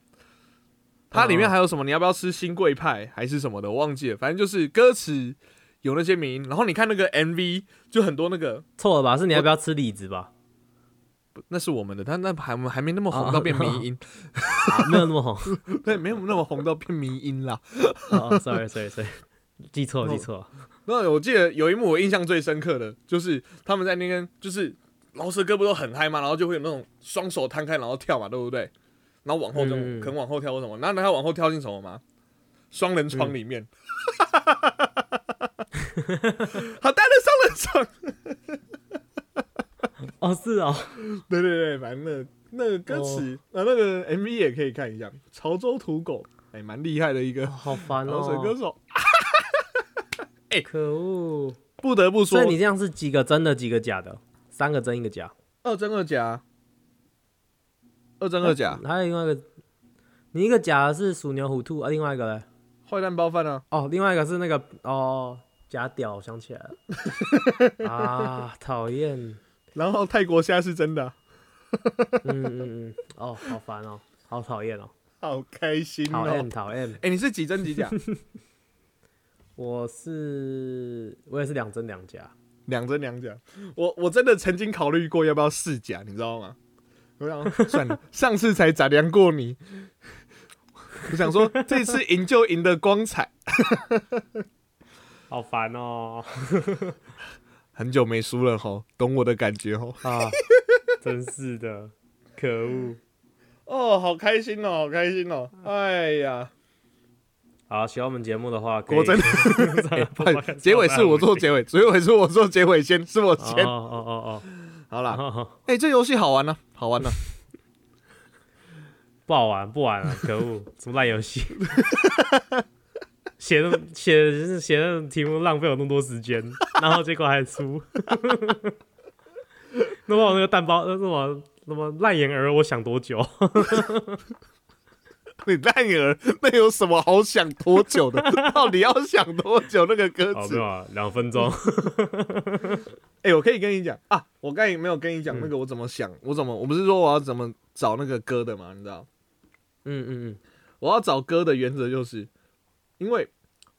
B: 它里面还有什么？你要不要吃新贵派还是什么的？我忘记了，反正就是歌词有那些名音，然后你看那个 MV 就很多那个，
C: 错了吧？是你要不要吃李
B: [LAUGHS]
C: 子吧？
B: 不那是我们的，但那还我们还没那么
C: 哦
B: 红到变迷音，
C: 啊没有那么红。
B: [LAUGHS] 对，没有那么红到变迷音啦。
C: 哦，sorry sorry sorry，记错
B: 哦
C: 了记错了。
B: 那我记得有一幕我印象最深刻的就是他们在那边，就是饶舌歌不都很嗨嘛，然后就会有那种双手摊开然后跳嘛，对不对？然后往后这种
C: 嗯
B: 可能往后跳或什么，然后他往后跳进什么吗？双人床里面，
C: 嗯
B: 好大的双人床！ [LAUGHS]
C: 哦，是哦，
B: 对对对，反正那那个歌词、啊，那个 MV 也可以看一下，潮州土狗，哎，蛮厉害的一个
C: 好烦
B: 饶舌歌
C: 哦，
B: 手。
C: 可恶。
B: 不得不说
C: 所以，你这样是几个真的，几个假的？三个真，一个假。
B: 二真二假，二真二假，
C: 哎还有另外一个，你一个假的是鼠牛虎兔啊，另外一个嘞？
B: 坏蛋包饭啊！
C: 哦，另外一个是那个哦，假屌，我想起来
B: [LAUGHS]
C: 了。啊，讨厌。
B: 然后泰国虾是真的啊、
C: 嗯嗯嗯，哦，好烦哦，好讨厌哦，
B: 好开心
C: 讨
B: 哦！
C: 厌
B: 哎、
C: 讨厌。
B: 你是几真几 [LAUGHS] 假？
C: 我是我也是两真两假。
B: 两真两假。我我真的曾经考虑过要不要试假，你知道吗？我想说 [LAUGHS] 算了，上次才咋量过你，我想说这次赢就赢得光彩。
C: 好烦哦！
B: 很久没输了吼，懂我的感觉吼。
C: 啊， [LAUGHS] 真是的，可恶！
B: 哦，好开心哦，好开心哦！哎 [LAUGHS] 呀，
C: 好，喜欢我们节目的哎话，可以
B: 果
C: [LAUGHS]
B: 真
C: 上来帮忙看
B: 结尾是我做结尾，结尾是我做结尾先，是我
C: 哦
B: 先。
C: 哦
B: 好
C: 哦
B: 啦，
C: 哦哦，
B: 哎、这游戏好玩呢、好玩呢、哦
C: 不好玩，不玩了，可 [LAUGHS] 恶！什么烂游戏？写的写写那种题目浪费我那么多时间，然后结果还出， [LAUGHS] 那么我那个蛋包，那么那么烂眼儿，我想多久？哦
B: 你烂儿，那有什么好想多久
C: [LAUGHS]
B: 的？到底要想多久？那个歌
C: 哦，没
B: 词
C: 有，啊，两分钟。
B: 哎、我可以跟你讲啊，我刚才没有跟你
C: 嗯
B: 讲那个我怎么想，我怎么，我不是说我要怎么找那个歌的吗？你知道，
C: 嗯嗯嗯，
B: 我要找歌的原则就是，因为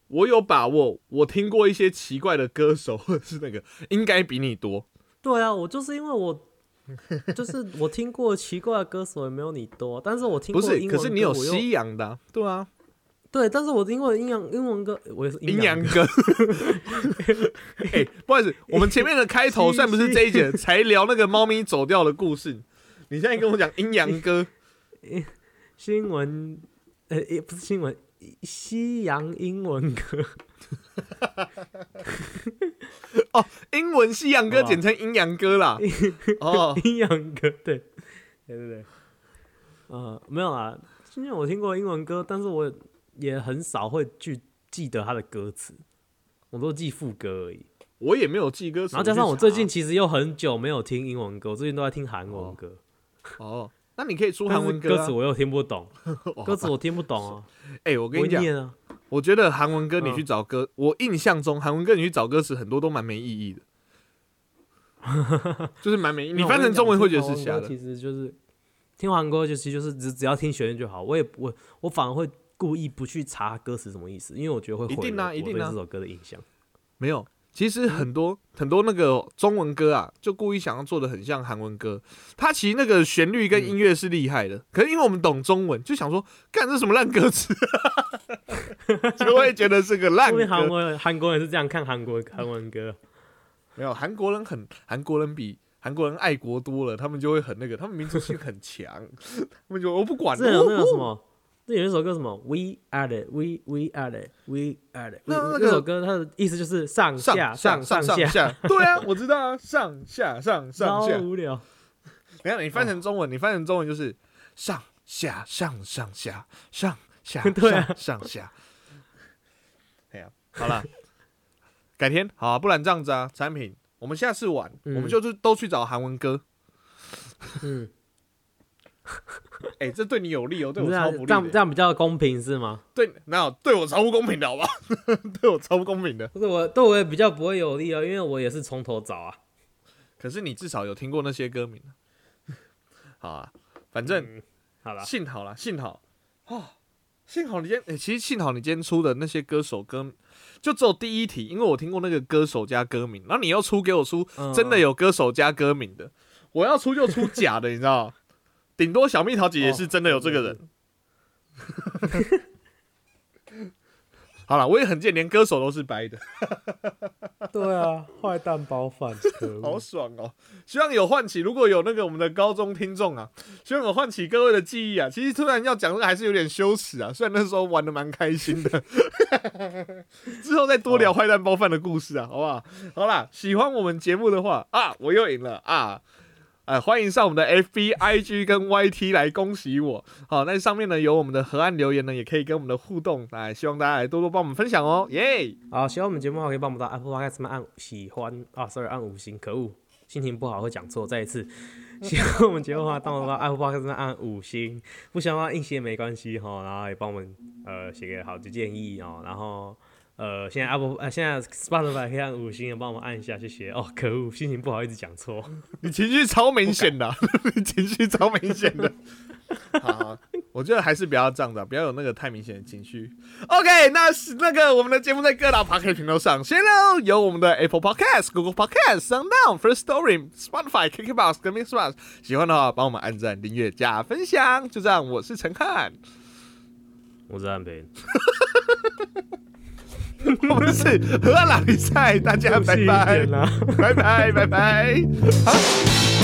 B: 我有把握，我听过一些奇怪的歌手，或者是那个应该比你多，
C: 对啊，我就是因为我。就是我听过奇怪的歌手也没有你多，啊但是我听
B: 不
C: 过
B: 是？
C: 英文
B: 可是你有
C: 歌我又
B: 西洋的啊、对啊，
C: 对，但是我因为阴阳英文歌，我也是
B: 阴
C: 阴
B: 阳
C: 歌，
B: 歌。 [LAUGHS] 哎、不好意思，我们前面的开
C: [LAUGHS]
B: 头算不是这一节才聊那个猫咪走掉的故事，你现在跟我讲阴阳
C: [LAUGHS]
B: 歌。
C: 新闻，呃，也不是新闻，西洋英文歌， [LAUGHS]
B: 英文西洋歌
C: 哇
B: 简称阴阳歌
C: [LAUGHS]
B: 啦。哦，
C: 阴阳歌，对，对对对，呃，没有啊，今天我听过英文歌，但是我也很少会去记得它的歌词，我都记副歌而已。
B: 我也没有记歌词，
C: 然后加上
B: 去
C: 我最近
B: 查
C: 其实又很久没有听英文歌，我最近都在听韩文歌，
B: 哦，那你可以出
C: 但
B: 韩
C: 是
B: 文
C: 歌
B: 啊
C: 词。我又听
B: [LAUGHS]
C: 不懂，
B: 哦
C: 歌词我听不懂啊，
B: 哎，我
C: 我
B: 跟你
C: 会
B: 讲，
C: 念啊，
B: 我觉得韩文歌你
C: 嗯
B: 去找歌，我印象中韩文歌你去找歌词很多都蛮没意义
C: [LAUGHS]
B: 的，就是蛮没意义。你翻成中文会觉得是瞎
C: 瞎
B: 的
C: 其实就是听韩国歌，就其实就是只只要听旋律就好。我也我我反而会故意不去查歌词什么意思，因为我觉得会毁
B: 一定
C: 了
B: 啊
C: 我
B: 一定
C: 对
B: 啊
C: 这首歌的印象。
B: 没有。其实很
C: 嗯
B: 多、很多那个中文歌啊，就故意想要做的很像韩文歌。它其实那个旋律
C: 嗯
B: 跟音乐是厉害的，可是因为我们懂中文，就想说干这什么烂歌词，啊 [LAUGHS] 就会觉得是个烂歌
C: 因为。韩国人韩国人是这样看韩国韩文歌，
B: 没有，韩国人很韩国人比韩国人爱国多了，他们就会很那个，他们民族性很强，他们就我不管
C: 这有那
B: 了。
C: 个什么，这有一首歌什么 We Are It We We Are It We Are It，
B: 那那个
C: 这首歌它的意思就是上
B: 上
C: 下
B: 上
C: 上
B: 上
C: 下，
B: 下，对啊，我知道啊，上下上上
C: 超
B: 下。
C: 无聊。
B: 等一下你翻成中文，你翻成中文就是上下上上下上下
C: [LAUGHS] 对啊
B: 上上
C: [LAUGHS]
B: 下。哎呀，好了， [LAUGHS] 改天好、啊，不然这样子啊，产品，我们下次玩，
C: 嗯
B: 我们就是都去找韩文歌。
C: 嗯，
B: [LAUGHS] 哎、这对你有利哦，对我
C: 这
B: 超
C: 样
B: 不利
C: 啊这
B: 的
C: 样这样比较公平是吗？
B: 对，哪有对我超不公平的好吧？ [LAUGHS] 对我超不公平的。
C: 对我对我也比较哦不会有利啊，因为我也是从头找啊。
B: 可是你至少有听过那些歌名啊，好啊，反正
C: 嗯好 [LAUGHS] 啦，
B: 幸好啦，幸好啊、幸好你今天、欸其实幸好你今天出的那些歌手歌，就只有第一题，因为我听过那个歌手加歌名，然后你要出给我出
C: 嗯
B: 真的有歌手加歌名的，我要出就出假的，你知道 [LAUGHS] 吗？顶多小蜜桃姐姐是真的有这个人。哦 [LAUGHS] 好了，我也很贱，连歌手都是白的，
C: 对啊，坏蛋包饭，可恶
B: 好爽哦！希望有唤起，如果有那个我们的高中听众啊，希望有唤起各位的记忆啊。其实突然要讲这个还是有点羞耻啊，虽然那时候玩的蛮开心的， [LAUGHS] 之后再多聊坏蛋包饭的故事啊，好不好？好啦，喜欢我们节目的话啊，我又赢了啊！哎，欢迎上我们的 FB、IG 跟 YT 来恭喜我。好，那上面呢有我们的河岸留言呢，也可以跟我们的互动。哎，希望大家来多多帮我们分享哦，耶、
C: 好，喜欢我们节目的话，可以帮我们到 Apple Podcast 上面按喜欢啊，sorry，按五星，可恶，心情不好会讲错，再一次。 [LAUGHS] 喜欢我们节目的话，帮我们到 Apple Podcast 上面按五星，不喜欢的话硬写没关系哈，然后也帮我们呃写个好的建议哦，然后。呃，现在 Apple 呃，现在 Spotify 可以按五星，帮我们按一下，谢谢。哦，可恶，心情不好，一直讲错。
B: 你情绪超明显的啊、你情绪超明显
C: [LAUGHS]
B: 的。好啊，我觉得还是不要这样子、啊，不要有那个太明显的情绪。OK，那是那个我们的节目在各大 p o c a s t 频道上先喽，有我们的 Apple Podcast、Google Podcast、Sound、First Story、Spotify、KKBox 跟 Mixbox。喜欢的话，帮我们按赞、订阅、加分享。就这样，我是陈汉，
C: 我是安培，
B: 我们是荷兰拉力赛，大家拜
C: 谢谢
B: 拜，
C: 啦。
B: 拜拜，拜拜。啊